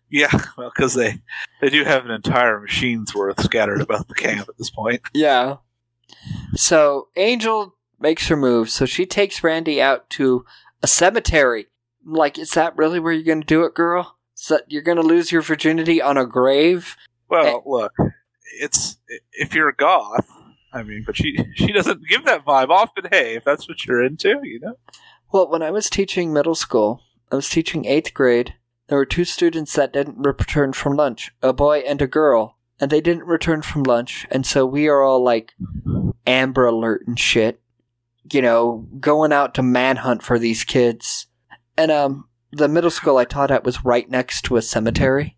[SPEAKER 5] Yeah, well, because they they do have an entire machine's worth scattered about the camp at this point.
[SPEAKER 4] Yeah. So Angel makes her move. So she takes Randy out to a cemetery. I'm Like, is that really where you're going to do it, girl? Is that you're going to lose your virginity on a grave?
[SPEAKER 5] Well, look, it's if you're a goth, I mean, but she she doesn't give that vibe off. But hey, if that's what you're into, you know,
[SPEAKER 4] Well, when I was teaching middle school, I was teaching eighth grade. There were two students that didn't return from lunch, a boy and a girl, and they didn't return from lunch. And so we are all like Amber Alert and shit. you know, going out to manhunt for these kids. And um, the middle school I taught at was right next to a cemetery.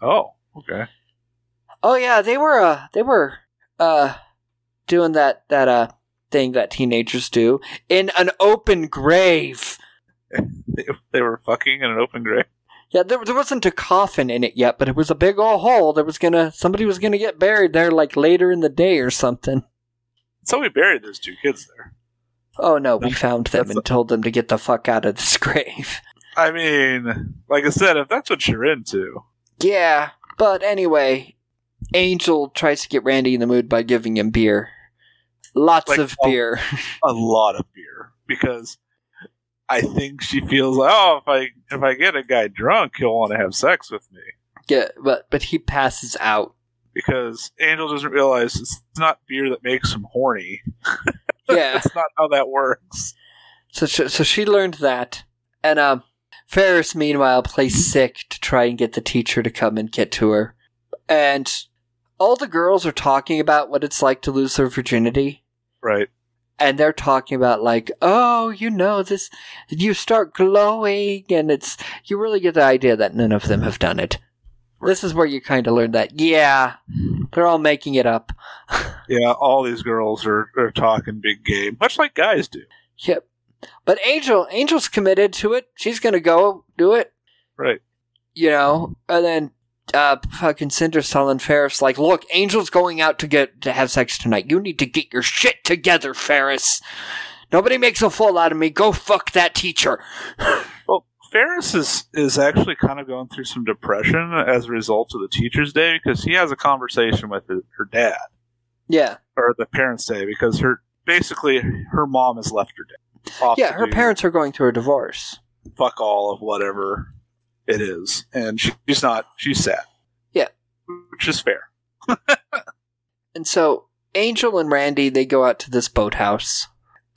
[SPEAKER 5] Oh, okay.
[SPEAKER 4] Oh yeah, they were uh, they were uh, doing that that uh thing that teenagers do in an open grave.
[SPEAKER 5] They, they were fucking in an open grave.
[SPEAKER 4] Yeah, there, there wasn't a coffin in it yet, but it was a big old hole. There was gonna somebody was gonna get buried there like later in the day or something.
[SPEAKER 5] Somebody buried those two kids there.
[SPEAKER 4] Oh no, we found them and told them to get the fuck out of this grave.
[SPEAKER 5] I mean, like I said, if that's what you're into,
[SPEAKER 4] Yeah, but anyway, Angel tries to get Randy in the mood by giving him beer. Lots
[SPEAKER 5] Like,
[SPEAKER 4] of
[SPEAKER 5] a-
[SPEAKER 4] beer.
[SPEAKER 5] a lot of beer because I think she feels like, oh, if I if I get a guy drunk, he'll want to have sex with me
[SPEAKER 4] yeah, but but he passes out.
[SPEAKER 5] because Angel doesn't realize it's not beer that makes him horny.
[SPEAKER 4] Yeah.
[SPEAKER 5] That's not how that works.
[SPEAKER 4] So she, so she learned that, and um, Ferris meanwhile plays sick to try and get the teacher to come and get to her, and all the girls are talking about what it's like to lose their virginity,
[SPEAKER 5] Right.
[SPEAKER 4] and they're talking about like, oh, you know this, you start glowing, and it's you really get the idea that none of them have done it. This is where you kind of learn that, yeah, they're all making it up.
[SPEAKER 5] Yeah, all these girls are, are talking big game, much like guys do.
[SPEAKER 4] Yep. But Angel, Angel's committed to it. She's gonna go do it.
[SPEAKER 5] Right.
[SPEAKER 4] You know, and then uh, fucking Cinder's telling Ferris like, "Look, Angel's going out to get to have sex tonight. You need to get your shit together, Ferris. Nobody makes a fool out of me. Go fuck that teacher."
[SPEAKER 5] Well, Ferris is, is actually kind of going through some depression as a result of the teacher's day because he has a conversation with his, her dad,
[SPEAKER 4] Yeah.
[SPEAKER 5] or the parents' day, because her basically her mom has left her dad. off
[SPEAKER 4] Yeah.
[SPEAKER 5] to
[SPEAKER 4] Her
[SPEAKER 5] do
[SPEAKER 4] parents are going through a divorce.
[SPEAKER 5] Fuck all of whatever it is. And she, she's not, she's sad,
[SPEAKER 4] Yeah.
[SPEAKER 5] which is fair.
[SPEAKER 4] And so Angel and Randy they go out to this boathouse.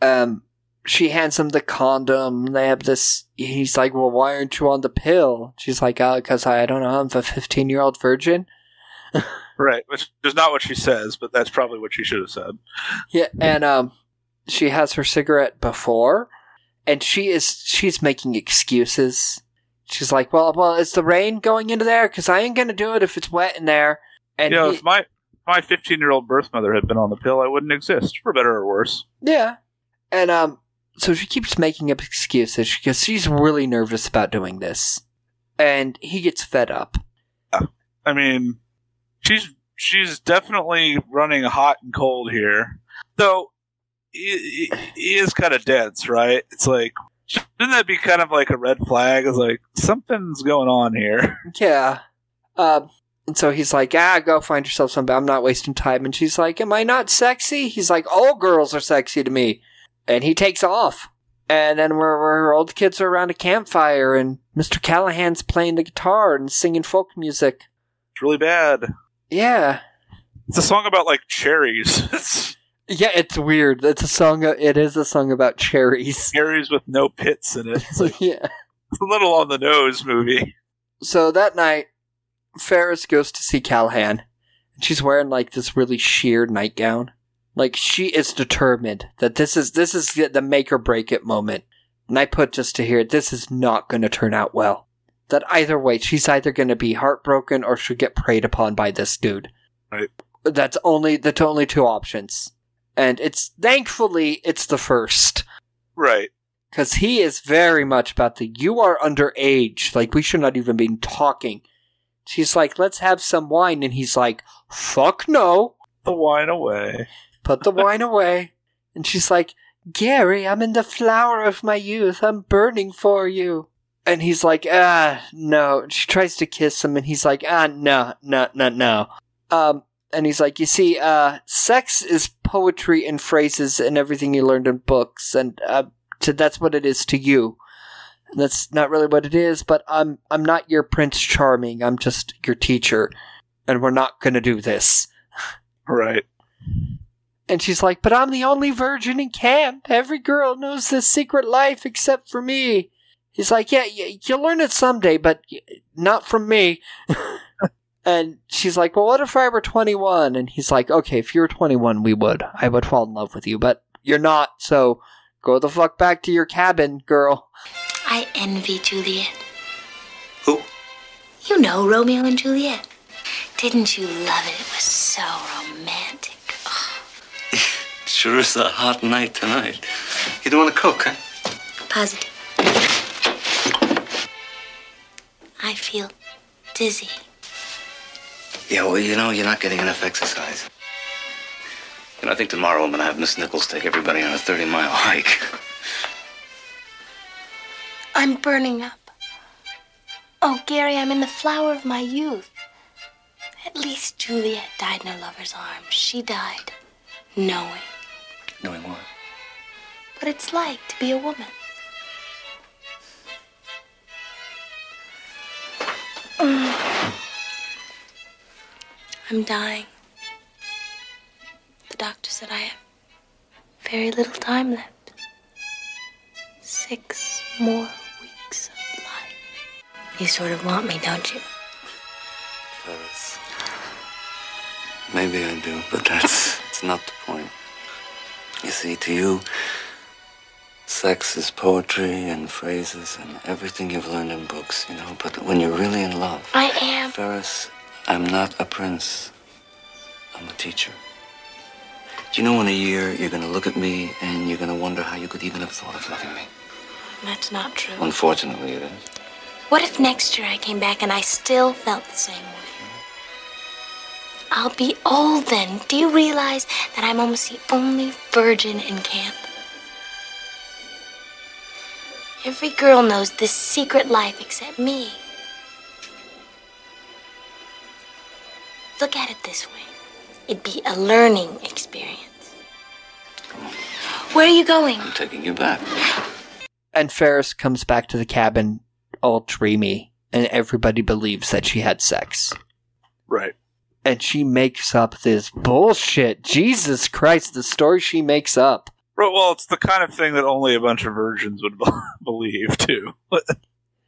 [SPEAKER 4] Um, she hands him the condom. They have this. He's like, "Well, why aren't you on the pill?" She's like, "Oh, because I don't know. I'm a 15 year old virgin."
[SPEAKER 5] Right, which is not what she says, but that's probably what she should have said.
[SPEAKER 4] Yeah, and um, she has her cigarette before, and she is she's making excuses. She's like, "Well, well, is the rain going into there? Because I ain't gonna do it if it's wet in there." And
[SPEAKER 5] you know,
[SPEAKER 4] he-
[SPEAKER 5] if my my 15 year old birth mother had been on the pill, I wouldn't exist, for better or worse.
[SPEAKER 4] Yeah. And um so she keeps making up excuses because she's really nervous about doing this. And he gets fed up.
[SPEAKER 5] I mean, she's she's definitely running hot and cold here. Though he, he- he is kind of dense, right? It's like shouldn't that be kind of like a red flag? It's like something's going on here.
[SPEAKER 4] Yeah. Um and so he's like, "Ah, go find yourself somebody. I'm not wasting time." And she's like, "Am I not sexy?" He's like, "All girls are sexy to me." And he takes off. And then we're, we're old kids are around a campfire, and Mr. Callahan's playing the guitar and singing folk music.
[SPEAKER 5] It's really bad.
[SPEAKER 4] Yeah.
[SPEAKER 5] It's a song about like cherries. It's
[SPEAKER 4] Yeah, it's weird. It's a song. It is a song about cherries.
[SPEAKER 5] cherries with no pits in it. It's, like,
[SPEAKER 4] yeah.
[SPEAKER 5] it's a little on the nose movie.
[SPEAKER 4] so that night, Ferris goes to see Callahan, and she's wearing like this really sheer nightgown. Like she is determined that this is this is the the make or break it moment. And I put just to hear this is not going to turn out well. That either way, she's either going to be heartbroken or she'll get preyed upon by this dude.
[SPEAKER 5] Right.
[SPEAKER 4] That's only that's only two options, and it's thankfully it's the first
[SPEAKER 5] Right.
[SPEAKER 4] because he is very much about the you are underage like we should not even be talking she's like let's have some wine and he's like fuck no
[SPEAKER 5] The wine away.
[SPEAKER 4] put the wine away and she's like gary i'm in the flower of my youth i'm burning for you and he's like ah no she tries to kiss him and he's like ah no no no no um and he's like you see uh sex is poetry and phrases and everything you learned in books and uh to, that's what it is to you And that's not really what it is but i'm i'm not your prince charming i'm just your teacher and we're not going to do this
[SPEAKER 5] Right.
[SPEAKER 4] and she's like, But I'm the only virgin in camp. Every girl knows this secret life except for me. He's like, Yeah, y- you'll learn it someday, but y- not from me. and she's like, Well, what if I were 21? And he's like, Okay, if you were 21, we would. I would fall in love with you, but You're not, so go the fuck back to your cabin, girl.
[SPEAKER 1] I envy Juliet.
[SPEAKER 16] Who?
[SPEAKER 1] You know Romeo and Juliet. Didn't you love it? It was so romantic.
[SPEAKER 16] Sure is a hot night tonight. You don't want to cook, huh?
[SPEAKER 1] Positive. I feel dizzy.
[SPEAKER 16] Yeah, well, you know, you're not getting enough exercise. You know, I think tomorrow I'm going to have Miss Nichols take everybody on a 30 mile hike.
[SPEAKER 2] I'm burning up. Oh, Gary, I'm in the flower of my youth. At least Juliet died in her lover's arms. She died knowing
[SPEAKER 16] Knowing what?
[SPEAKER 2] what it's like to be a woman. Mm. I'm dying. The doctor said I have very little time left. Six more weeks of life. You sort of want me, don't you?
[SPEAKER 16] Ferris. Maybe I do, but that's it's not the point. You see, to you, sex is poetry and phrases and everything you've learned in books, you know. But when you're really in love,
[SPEAKER 2] I am.
[SPEAKER 16] Ferris, I'm not a prince. I'm a teacher. Do you know in a year you're gonna look at me and you're gonna wonder how you could even have thought of loving me?
[SPEAKER 2] That's not true.
[SPEAKER 16] Unfortunately, it is.
[SPEAKER 2] What if next year I came back and I still felt the same way? I'll be old then. Do you realize that I'm almost the only virgin in camp? Every girl knows this secret life except me. Look at it this way it'd be a learning experience. Where are you going?
[SPEAKER 16] I'm taking you back.
[SPEAKER 4] And Ferris comes back to the cabin all dreamy, and everybody believes that she had sex.
[SPEAKER 5] Right.
[SPEAKER 4] And she makes up this bullshit. Jesus Christ, the story she makes up.
[SPEAKER 5] Right, Well, it's the kind of thing that only a bunch of virgins would believe, too.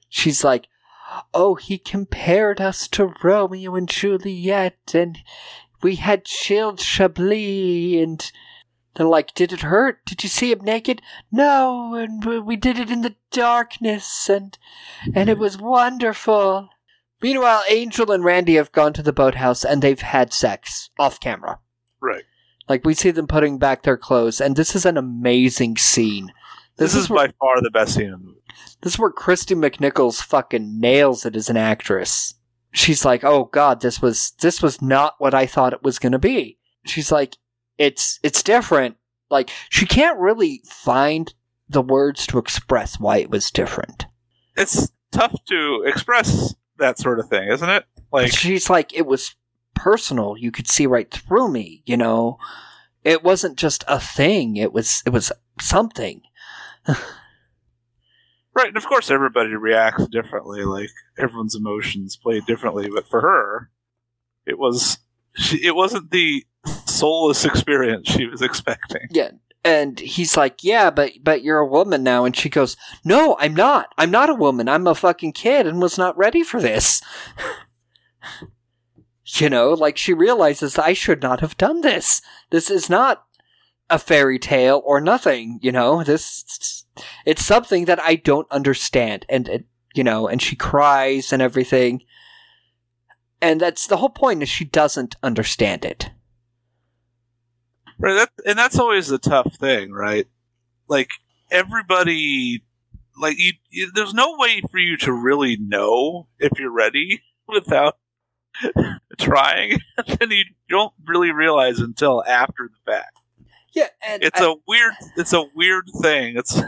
[SPEAKER 4] She's like, Oh, he compared us to Romeo and Juliet, and we had chilled Chablis, and they're like, Did it hurt? Did you see him naked? No, and we- we did it in the darkness, and and it was wonderful. Meanwhile, Angel and Randy have gone to the boathouse and they've had sex off camera.
[SPEAKER 5] Right.
[SPEAKER 4] Like we see them putting back their clothes, and this is an amazing scene.
[SPEAKER 5] This, is, by far the best scene in the movie.
[SPEAKER 4] This is where Christy McNichols fucking nails it as an actress. She's like, "Oh God, this was this was not what I thought it was going to be." She's like, "It's it's different." Like she can't really find the words to express why it was different.
[SPEAKER 5] It's tough to express that sort of thing, isn't it? Like,
[SPEAKER 4] she's like, "It was personal. You could see right through me. You know, it wasn't just a thing. It was it was something."
[SPEAKER 5] right, and of course everybody reacts differently. Like, everyone's emotions play differently, but for her, it was she, it wasn't the soulless experience she was expecting.
[SPEAKER 4] Yeah. And he's like, "Yeah, but but you're a woman now." And she goes, "No, I'm not. I'm not a woman. I'm a fucking kid and was not ready for this." you know, like she realizes I should not have done this. This is not a fairy tale or nothing, you know. This it's something that I don't understand and it, you know, and she cries and everything. And that's the whole point is she doesn't understand it.
[SPEAKER 5] Right, that, and that's always the tough thing, right? Like everybody, like you, you, there's no way for you to really know if you're ready without trying, and you don't really realize until after the fact.
[SPEAKER 4] Yeah, and
[SPEAKER 5] It's
[SPEAKER 4] I-
[SPEAKER 5] a weird, it's a weird thing. It's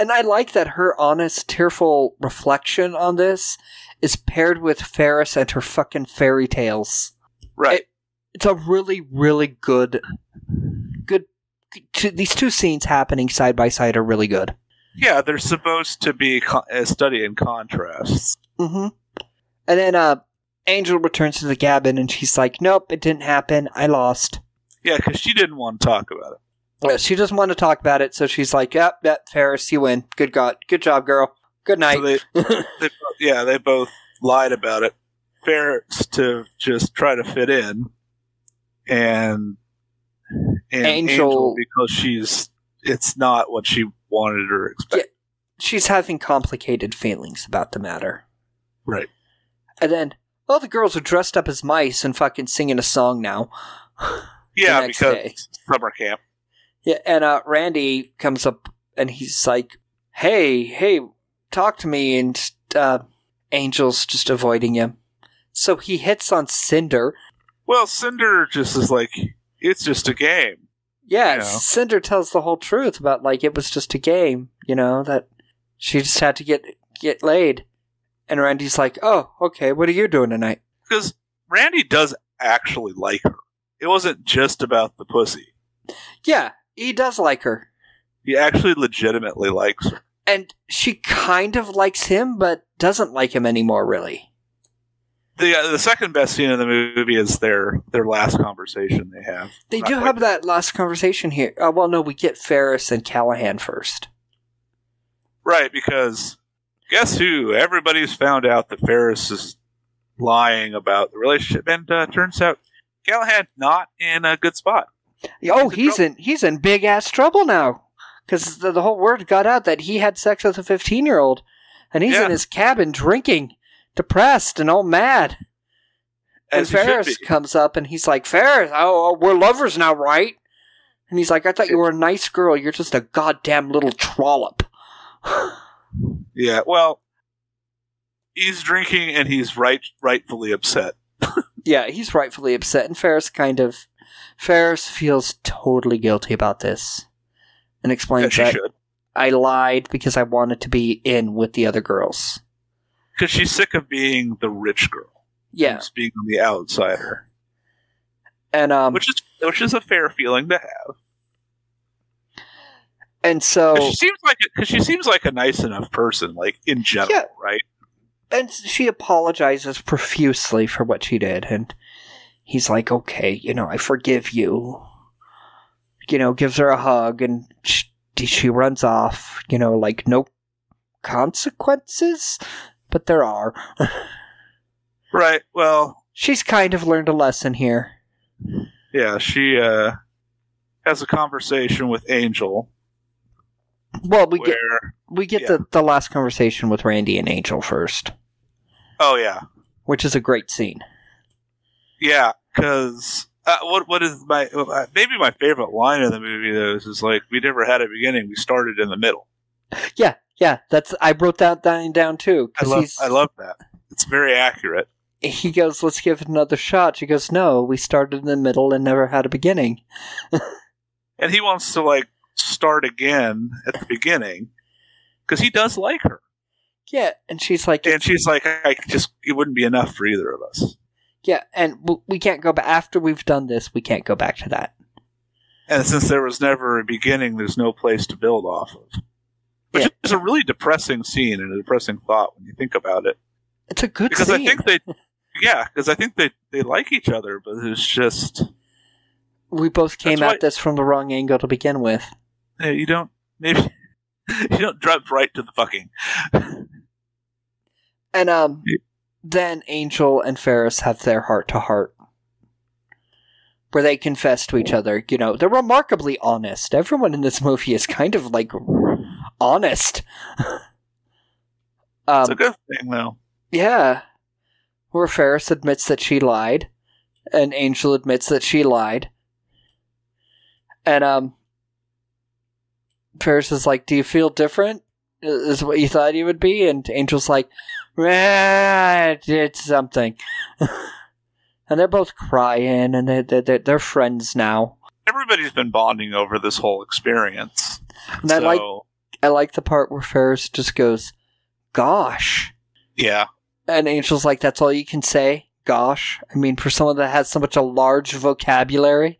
[SPEAKER 4] And I like that her honest, tearful reflection on this is paired with Ferris and her fucking fairy tales.
[SPEAKER 5] Right.
[SPEAKER 4] it's a really, really good, good. Two, these two scenes happening side by side are really good.
[SPEAKER 5] yeah, they're supposed to be con- a study in contrasts.
[SPEAKER 4] Mm-hmm. And then uh, Angel returns to the cabin and she's like, "Nope, it didn't happen. I lost."
[SPEAKER 5] Yeah, because she didn't want to talk about it.
[SPEAKER 4] Uh, She doesn't want to talk about it, so she's like, "Yep, yep, Ferris, you win. Good God, good job, girl. Good night."
[SPEAKER 5] They, bo- yeah, they both lied about it. Ferris to just try to fit in, and and Angel,
[SPEAKER 4] Angel-
[SPEAKER 5] because she's it's not what she wanted or expected.
[SPEAKER 4] She's having complicated feelings about the matter.
[SPEAKER 5] Right.
[SPEAKER 4] And then all the girls are dressed up as mice and fucking singing a song now.
[SPEAKER 5] Yeah,
[SPEAKER 4] next
[SPEAKER 5] because
[SPEAKER 4] day.
[SPEAKER 5] summer camp.
[SPEAKER 4] Yeah, and uh, Randy comes up and he's like, "Hey, hey, talk to me." And uh, Angel's just avoiding him, so he hits on Cinder.
[SPEAKER 5] Well, Cinder just is like it's just a game.
[SPEAKER 4] Yeah,
[SPEAKER 5] You know.
[SPEAKER 4] Cinder tells the whole truth about like it was just a game, you know, that she just had to get get laid. And Randy's like, "Oh, okay. What are you doing tonight?"
[SPEAKER 5] Because Randy does actually like her. It wasn't just about the pussy.
[SPEAKER 4] Yeah, he does like her,
[SPEAKER 5] He actually legitimately likes her.
[SPEAKER 4] and she kind of likes him, but doesn't like him anymore, really.
[SPEAKER 5] The uh, the second best scene in the movie is their their last conversation they have.
[SPEAKER 4] They do have that last conversation here. Uh, well, no, we get Ferris and Callahan first.
[SPEAKER 5] Right, because guess who? Everybody's found out that Ferris is lying about the relationship, and uh, turns out Callahan not in a good spot.
[SPEAKER 4] Oh, he's in he's in big ass trouble now because the, the whole word got out that he had sex with a fifteen year old, and he's in his cabin drinking, depressed and all mad.
[SPEAKER 5] As he
[SPEAKER 4] and
[SPEAKER 5] should
[SPEAKER 4] Ferris
[SPEAKER 5] be.
[SPEAKER 4] comes up and he's like, "Ferris, oh, oh, we're lovers now, right?" And he's like, "I thought you were a nice girl. You're just a goddamn little trollop."
[SPEAKER 5] Yeah, well, he's drinking and he's right, rightfully upset.
[SPEAKER 4] Yeah, he's rightfully upset, and Ferris kind of Ferris feels totally guilty about this, and explains
[SPEAKER 5] As he
[SPEAKER 4] that
[SPEAKER 5] should.
[SPEAKER 4] I lied because I wanted to be in with the other girls.
[SPEAKER 5] because she's sick of being the rich girl.
[SPEAKER 4] Yeah.
[SPEAKER 5] who's being the outsider,
[SPEAKER 4] And um,
[SPEAKER 5] which is which is a fair feeling to have.
[SPEAKER 4] and
[SPEAKER 5] 'Cause
[SPEAKER 4] so
[SPEAKER 5] she seems like because she seems like a nice enough person, like in general,
[SPEAKER 4] Yeah.
[SPEAKER 5] right?
[SPEAKER 4] and she apologizes profusely for what she did, and he's like, "Okay, you know, I forgive you." You know, gives her a hug, and she, she runs off. You know, like no consequences, but there are.
[SPEAKER 5] Right. Well,
[SPEAKER 4] She's kind of learned a lesson here.
[SPEAKER 5] yeah. She uh, has a conversation with Angel.
[SPEAKER 4] Well, we get
[SPEAKER 5] Where-
[SPEAKER 4] we get
[SPEAKER 5] yeah.
[SPEAKER 4] the, the last conversation with Randy and Angel first,
[SPEAKER 5] Oh yeah,
[SPEAKER 4] which is a great scene.
[SPEAKER 5] yeah. Because uh, what what is my uh, maybe my favorite line in the movie though is, is like we never had a beginning. We started in the middle.
[SPEAKER 4] Yeah, yeah, that's I wrote that down, down too.
[SPEAKER 5] I
[SPEAKER 4] 'cause
[SPEAKER 5] love
[SPEAKER 4] he's-
[SPEAKER 5] I love that. It's very accurate.
[SPEAKER 4] He goes, "Let's give it another shot." She goes, "No, we started in the middle and never had a beginning."
[SPEAKER 5] and he wants to like start again at the beginning because he does like her
[SPEAKER 4] Yeah, and she's like,
[SPEAKER 5] and she's like i just it wouldn't be enough for either of us
[SPEAKER 4] "Yeah, and w- we can't go back after we've done this. We can't go back to that."
[SPEAKER 5] and since there was never a beginning there's no place to build off of which is a really depressing scene and a depressing thought when you think about it
[SPEAKER 4] It's a good
[SPEAKER 5] because
[SPEAKER 4] scene.
[SPEAKER 5] i think they yeah because i think they they like each other but it's just
[SPEAKER 4] we both came
[SPEAKER 5] That's
[SPEAKER 4] at this from the wrong angle to begin with.
[SPEAKER 5] eh, you don't maybe you don't jump right to the fucking
[SPEAKER 4] And um, then Angel and Ferris have their heart to heart, where they confess to each other. You know, they're remarkably honest. Everyone in this movie is kind of like honest. um,
[SPEAKER 5] it's a good thing though
[SPEAKER 4] yeah, where Ferris admits that she lied, and Angel admits that she lied, and um, Ferris is like, "Do you feel different? I- Is what you thought you would be?" And Angel's like, "Ah, I did something," and they're both crying, and they they they're, they're friends now.
[SPEAKER 5] everybody's been bonding over this whole experience
[SPEAKER 4] And I
[SPEAKER 5] so,
[SPEAKER 4] like I like the part where Ferris just goes, "Gosh."
[SPEAKER 5] yeah
[SPEAKER 4] And Angel's like, that's all you can say? Gosh. I mean, for someone that has so much a large vocabulary.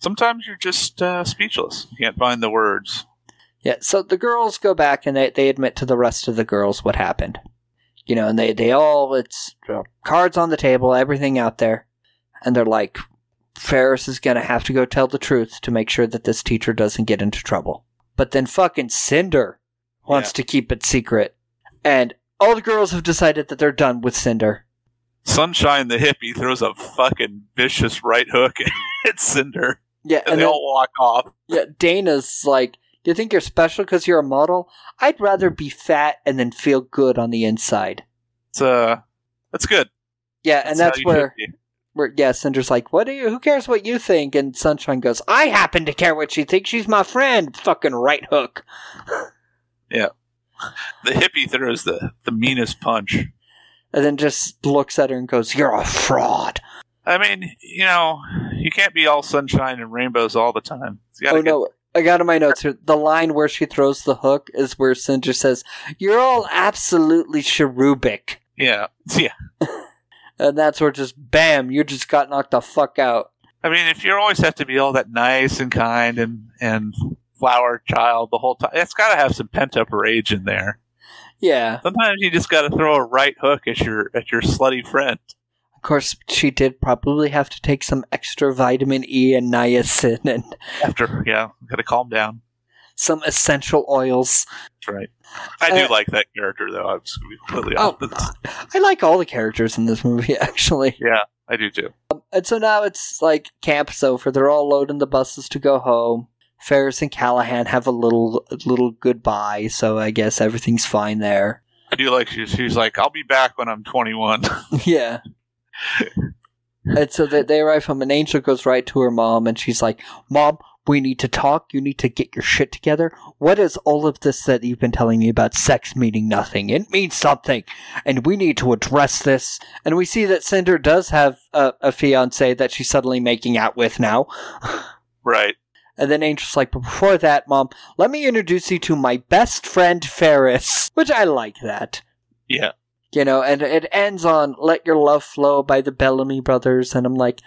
[SPEAKER 5] Sometimes you're just uh, speechless. You can't find the words.
[SPEAKER 4] Yeah, so the girls go back and they, they admit to the rest of the girls what happened. You know, and they, they all, it's uh, cards on the table, everything out there. And they're like, Ferris is going to have to go tell the truth to make sure that this teacher doesn't get into trouble. But then fucking Cinder wants to keep it secret. And all the girls have decided that they're done with Cinder.
[SPEAKER 5] Sunshine the hippie throws a fucking vicious right hook at Cinder.
[SPEAKER 4] Yeah,
[SPEAKER 5] and, they
[SPEAKER 4] then-
[SPEAKER 5] all walk off.
[SPEAKER 4] Yeah, Dana's like, "Do you think you're special because you're a model? I'd rather be fat and then feel good on the inside."
[SPEAKER 5] It's uh, that's good.
[SPEAKER 4] Yeah, and
[SPEAKER 5] how
[SPEAKER 4] that's
[SPEAKER 5] you
[SPEAKER 4] where,
[SPEAKER 5] should be.
[SPEAKER 4] where yeah, Cinder's like, "What do you? Who cares what you think?" And Sunshine goes, "I happen to care what she thinks. She's my friend." Fucking right hook.
[SPEAKER 5] Yeah, the hippie throws the the meanest punch.
[SPEAKER 4] And then just looks at her and goes, "You're a fraud."
[SPEAKER 5] I mean, you know, you can't be all sunshine and rainbows all the time. You
[SPEAKER 4] Oh
[SPEAKER 5] gotta get-
[SPEAKER 4] no, I got in my notes here. The line where she throws the hook is where Cinder says, "You're all absolutely cherubic,"
[SPEAKER 5] Yeah, yeah.
[SPEAKER 4] and that's where just bam, you just got knocked the fuck out.
[SPEAKER 5] I mean, if you always have to be all that nice and kind and and flower child the whole time, it's got to have some pent up rage in there.
[SPEAKER 4] Yeah.
[SPEAKER 5] Sometimes you just got to throw a right hook at your at your slutty friend.
[SPEAKER 4] Of course, she did probably have to take some extra vitamin E and niacin and
[SPEAKER 5] After, yeah, got to calm down.
[SPEAKER 4] some essential oils.
[SPEAKER 5] That's right. I do
[SPEAKER 4] Uh,
[SPEAKER 5] like that character though. I'm just gonna be completely
[SPEAKER 4] Oh,
[SPEAKER 5] honest.
[SPEAKER 4] I like all the characters in this movie, actually. Um,
[SPEAKER 5] Yeah, I do too.
[SPEAKER 4] And so now it's like camp's over. They're all loading the buses to go home. Ferris and Callahan have a little little goodbye, so I guess everything's fine there.
[SPEAKER 5] I do like she's, she's like, I'll be back when I'm 21.
[SPEAKER 4] yeah. and so they, they arrive home, and Angel goes right to her mom, and she's like, Mom, we need to talk. You need to get your shit together. What is all of this that you've been telling me about sex meaning nothing? It means something, and we need to address this. And we see that Cinder does have a, a fiance that she's suddenly making out with now.
[SPEAKER 5] right.
[SPEAKER 4] And then Angel's like, But before that, Mom, let me introduce you to my best friend, Ferris, which I like that
[SPEAKER 5] Yeah.
[SPEAKER 4] you know and it ends on let your love flow by the bellamy brothers and i'm like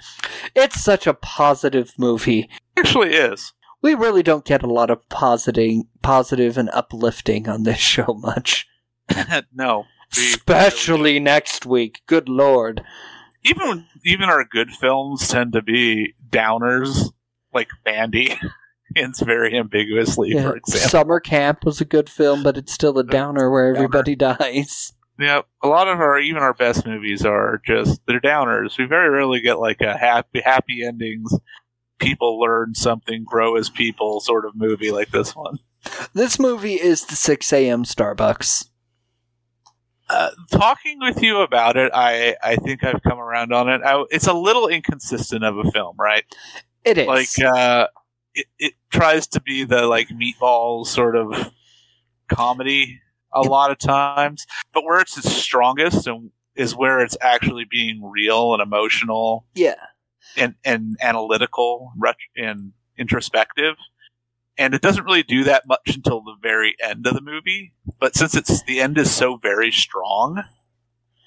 [SPEAKER 4] it's such a positive movie
[SPEAKER 5] Actually is.
[SPEAKER 4] we really don't get a lot of positing, positive and uplifting on this show much
[SPEAKER 5] no. We-
[SPEAKER 4] especially next week good lord
[SPEAKER 5] even even our good films tend to be downers, like Bandy. ends very ambiguously,
[SPEAKER 4] Yeah.
[SPEAKER 5] for example.
[SPEAKER 4] summer camp was a good film but it's still a downer where everybody dies
[SPEAKER 5] Yeah, a lot of our even our best movies are just they're downers. We very rarely get like a happy happy endings. People learn something, grow as people, sort of movie like this one.
[SPEAKER 4] this movie is the 6 a.m starbucks
[SPEAKER 5] Uh, talking with you about it, I I think I've come around on it. I, it's a little inconsistent of a film, right?
[SPEAKER 4] It is.
[SPEAKER 5] like uh, it it tries to be the like meatball sort of comedy a lot of times, but where it's its strongest and is where it's actually being real and emotional
[SPEAKER 4] yeah
[SPEAKER 5] and and analytical ret- and introspective. And it doesn't really do that much until the very end of the movie. But since it's the end is so very strong,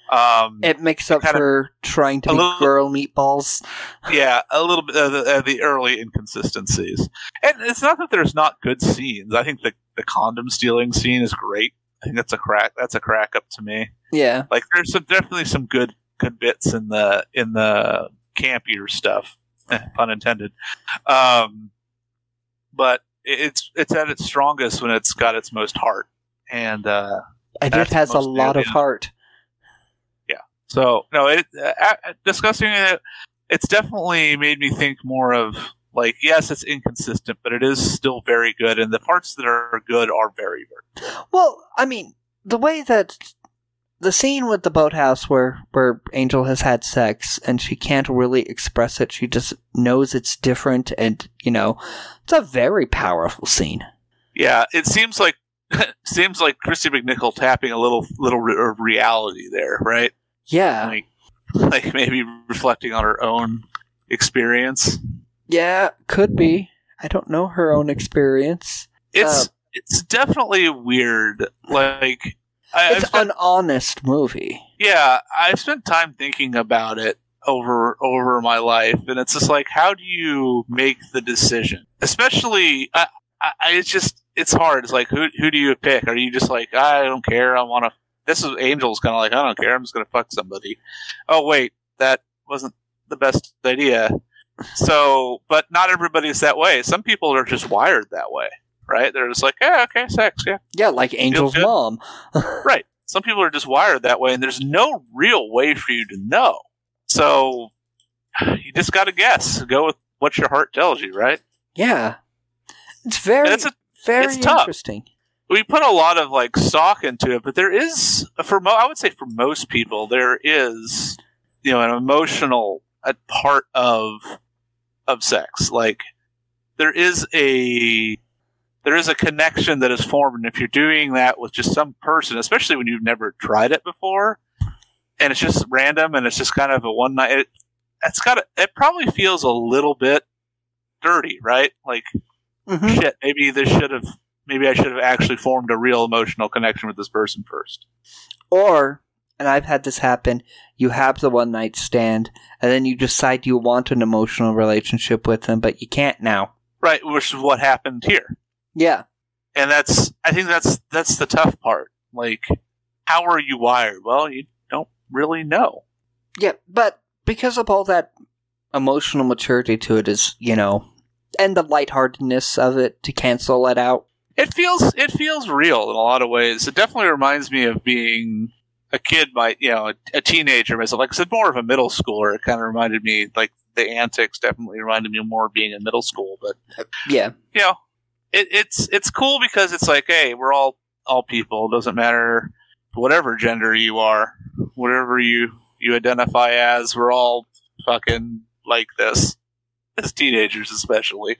[SPEAKER 5] um,
[SPEAKER 4] it makes up
[SPEAKER 5] kinda-
[SPEAKER 4] for trying to
[SPEAKER 5] a
[SPEAKER 4] be
[SPEAKER 5] little-
[SPEAKER 4] girl meatballs
[SPEAKER 5] yeah, a little bit of the, uh, the early inconsistencies. And it's not that there's not good scenes. I think the the condom stealing scene is great. I think that's a crack. That's a crack up to me.
[SPEAKER 4] yeah
[SPEAKER 5] Like there's some, definitely some good good bits in the in the campier stuff, pun intended. Um, but it- it's it's at its strongest when it's got its most heart, and uh,
[SPEAKER 4] and
[SPEAKER 5] that's
[SPEAKER 4] it has a
[SPEAKER 5] mostly
[SPEAKER 4] lot of
[SPEAKER 5] it.
[SPEAKER 4] heart
[SPEAKER 5] So no, it uh, uh, discussing it, it's definitely made me think more of like yes, it's inconsistent, but it is still very good, and the parts that are good are very very.
[SPEAKER 4] Well, I mean, the way that the scene with the boathouse where where Angel has had sex and she can't really express it, she just knows it's different and, you know, it's a very powerful scene.
[SPEAKER 5] Yeah, it seems like seems like Christy McNichol tapping a little little re- of reality there, right?
[SPEAKER 4] Yeah.
[SPEAKER 5] Like like maybe reflecting on her own experience.
[SPEAKER 4] Yeah, could be. I don't know her own experience.
[SPEAKER 5] It's
[SPEAKER 4] Uh,
[SPEAKER 5] it's definitely weird. Like I, I've
[SPEAKER 4] it's
[SPEAKER 5] spent-
[SPEAKER 4] an honest movie.
[SPEAKER 5] Yeah, I've spent time thinking about it over over my life, and it's just like, how do you make the decision? Especially, I, I, I- it's just it's hard. It's like, who who do you pick? Are you just like, I don't care, I want to? This is Angel's kind of like, I don't care, I'm just gonna fuck somebody. Oh wait, that wasn't the best idea. So, but not everybody's that way. Some people are just wired that way, right? They're just like, yeah, okay, sex, yeah.
[SPEAKER 4] Yeah, like Angel's
[SPEAKER 5] good.
[SPEAKER 4] mom.
[SPEAKER 5] Right. Some people are just wired that way, and there's no real way for you to know. So you just got to guess. Go with what your heart tells you, right?
[SPEAKER 4] Yeah. It's very,
[SPEAKER 5] And it's a-
[SPEAKER 4] very
[SPEAKER 5] it's tough.
[SPEAKER 4] interesting.
[SPEAKER 5] we put a lot of like stock into it, but there is for mo- I would say for most people there is you know an emotional uh part of of sex. Like there is a there is a connection that is formed, and if you're doing that with just some person, especially when you've never tried it before, and it's just random and it's just kind of a one night. It, it's got to it probably feels a little bit dirty, right? Like
[SPEAKER 4] Hmm? Mm-hmm.
[SPEAKER 5] shit, maybe this should have maybe I should have actually formed a real emotional connection with this person first.
[SPEAKER 4] Or, and I've had this happen, you have the one night stand, and then you decide you want an emotional relationship with them, but you can't now.
[SPEAKER 5] Right, which is what happened here.
[SPEAKER 4] Yeah.
[SPEAKER 5] And that's I think that's that's the tough part. Like how are you wired? Well, you don't really know.
[SPEAKER 4] Yeah, but because of all that emotional maturity to it is, you know, and the lightheartedness of it to cancel it out.
[SPEAKER 5] It feels it feels real in a lot of ways. It definitely reminds me of being a kid, my you know, a, a teenager myself. Like I said, more of a middle schooler. It kind of reminded me like the antics definitely reminded me more of being in middle school. But
[SPEAKER 4] Yeah.
[SPEAKER 5] you know, it, it's it's cool because it's like, hey, we're all all people. It doesn't matter whatever gender you are, whatever you you identify as. We're all fucking like this, as teenagers especially.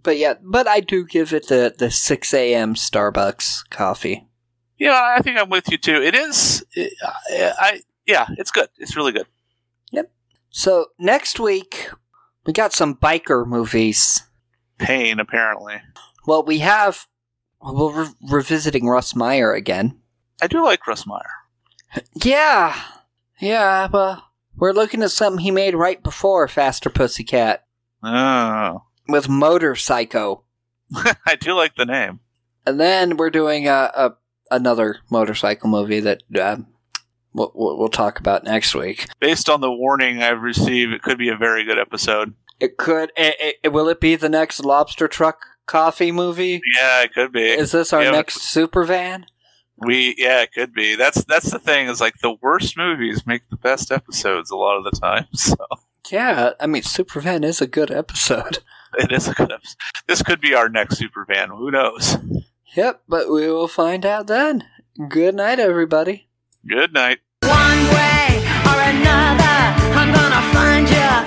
[SPEAKER 4] But yeah, but I do give it the, the 6 a.m. Starbucks coffee.
[SPEAKER 5] Yeah, I think I'm with you too. It is, I, I yeah, it's good. It's really good.
[SPEAKER 4] So next week, we got some biker movies.
[SPEAKER 5] Pain, apparently.
[SPEAKER 4] Well, we have. Well, we're revisiting Russ Meyer again.
[SPEAKER 5] I do like Russ Meyer.
[SPEAKER 4] Yeah. Yeah, but we're looking at something he made right before Faster Pussycat
[SPEAKER 5] Oh,
[SPEAKER 4] with Motor Psycho.
[SPEAKER 5] I do like the name.
[SPEAKER 4] And then we're doing a, a another motorcycle movie that um, we'll, we'll we'll talk about next week.
[SPEAKER 5] Based on the warning I've received, it could be a very good episode.
[SPEAKER 4] It could. It, it, will it be the next lobster truck coffee movie?
[SPEAKER 5] Yeah, it could be.
[SPEAKER 4] Is this our
[SPEAKER 5] Yeah,
[SPEAKER 4] next super van?
[SPEAKER 5] We yeah, it could be. That's that's the thing is like the worst movies make the best episodes a lot of the time. So
[SPEAKER 4] Yeah, I mean, super van is a good episode.
[SPEAKER 5] it is a good episode. This could be our next Superman. Who knows?
[SPEAKER 4] Yep, but we will find out then. Good night, everybody.
[SPEAKER 5] Good night.
[SPEAKER 3] One way or another, I'm gonna find you.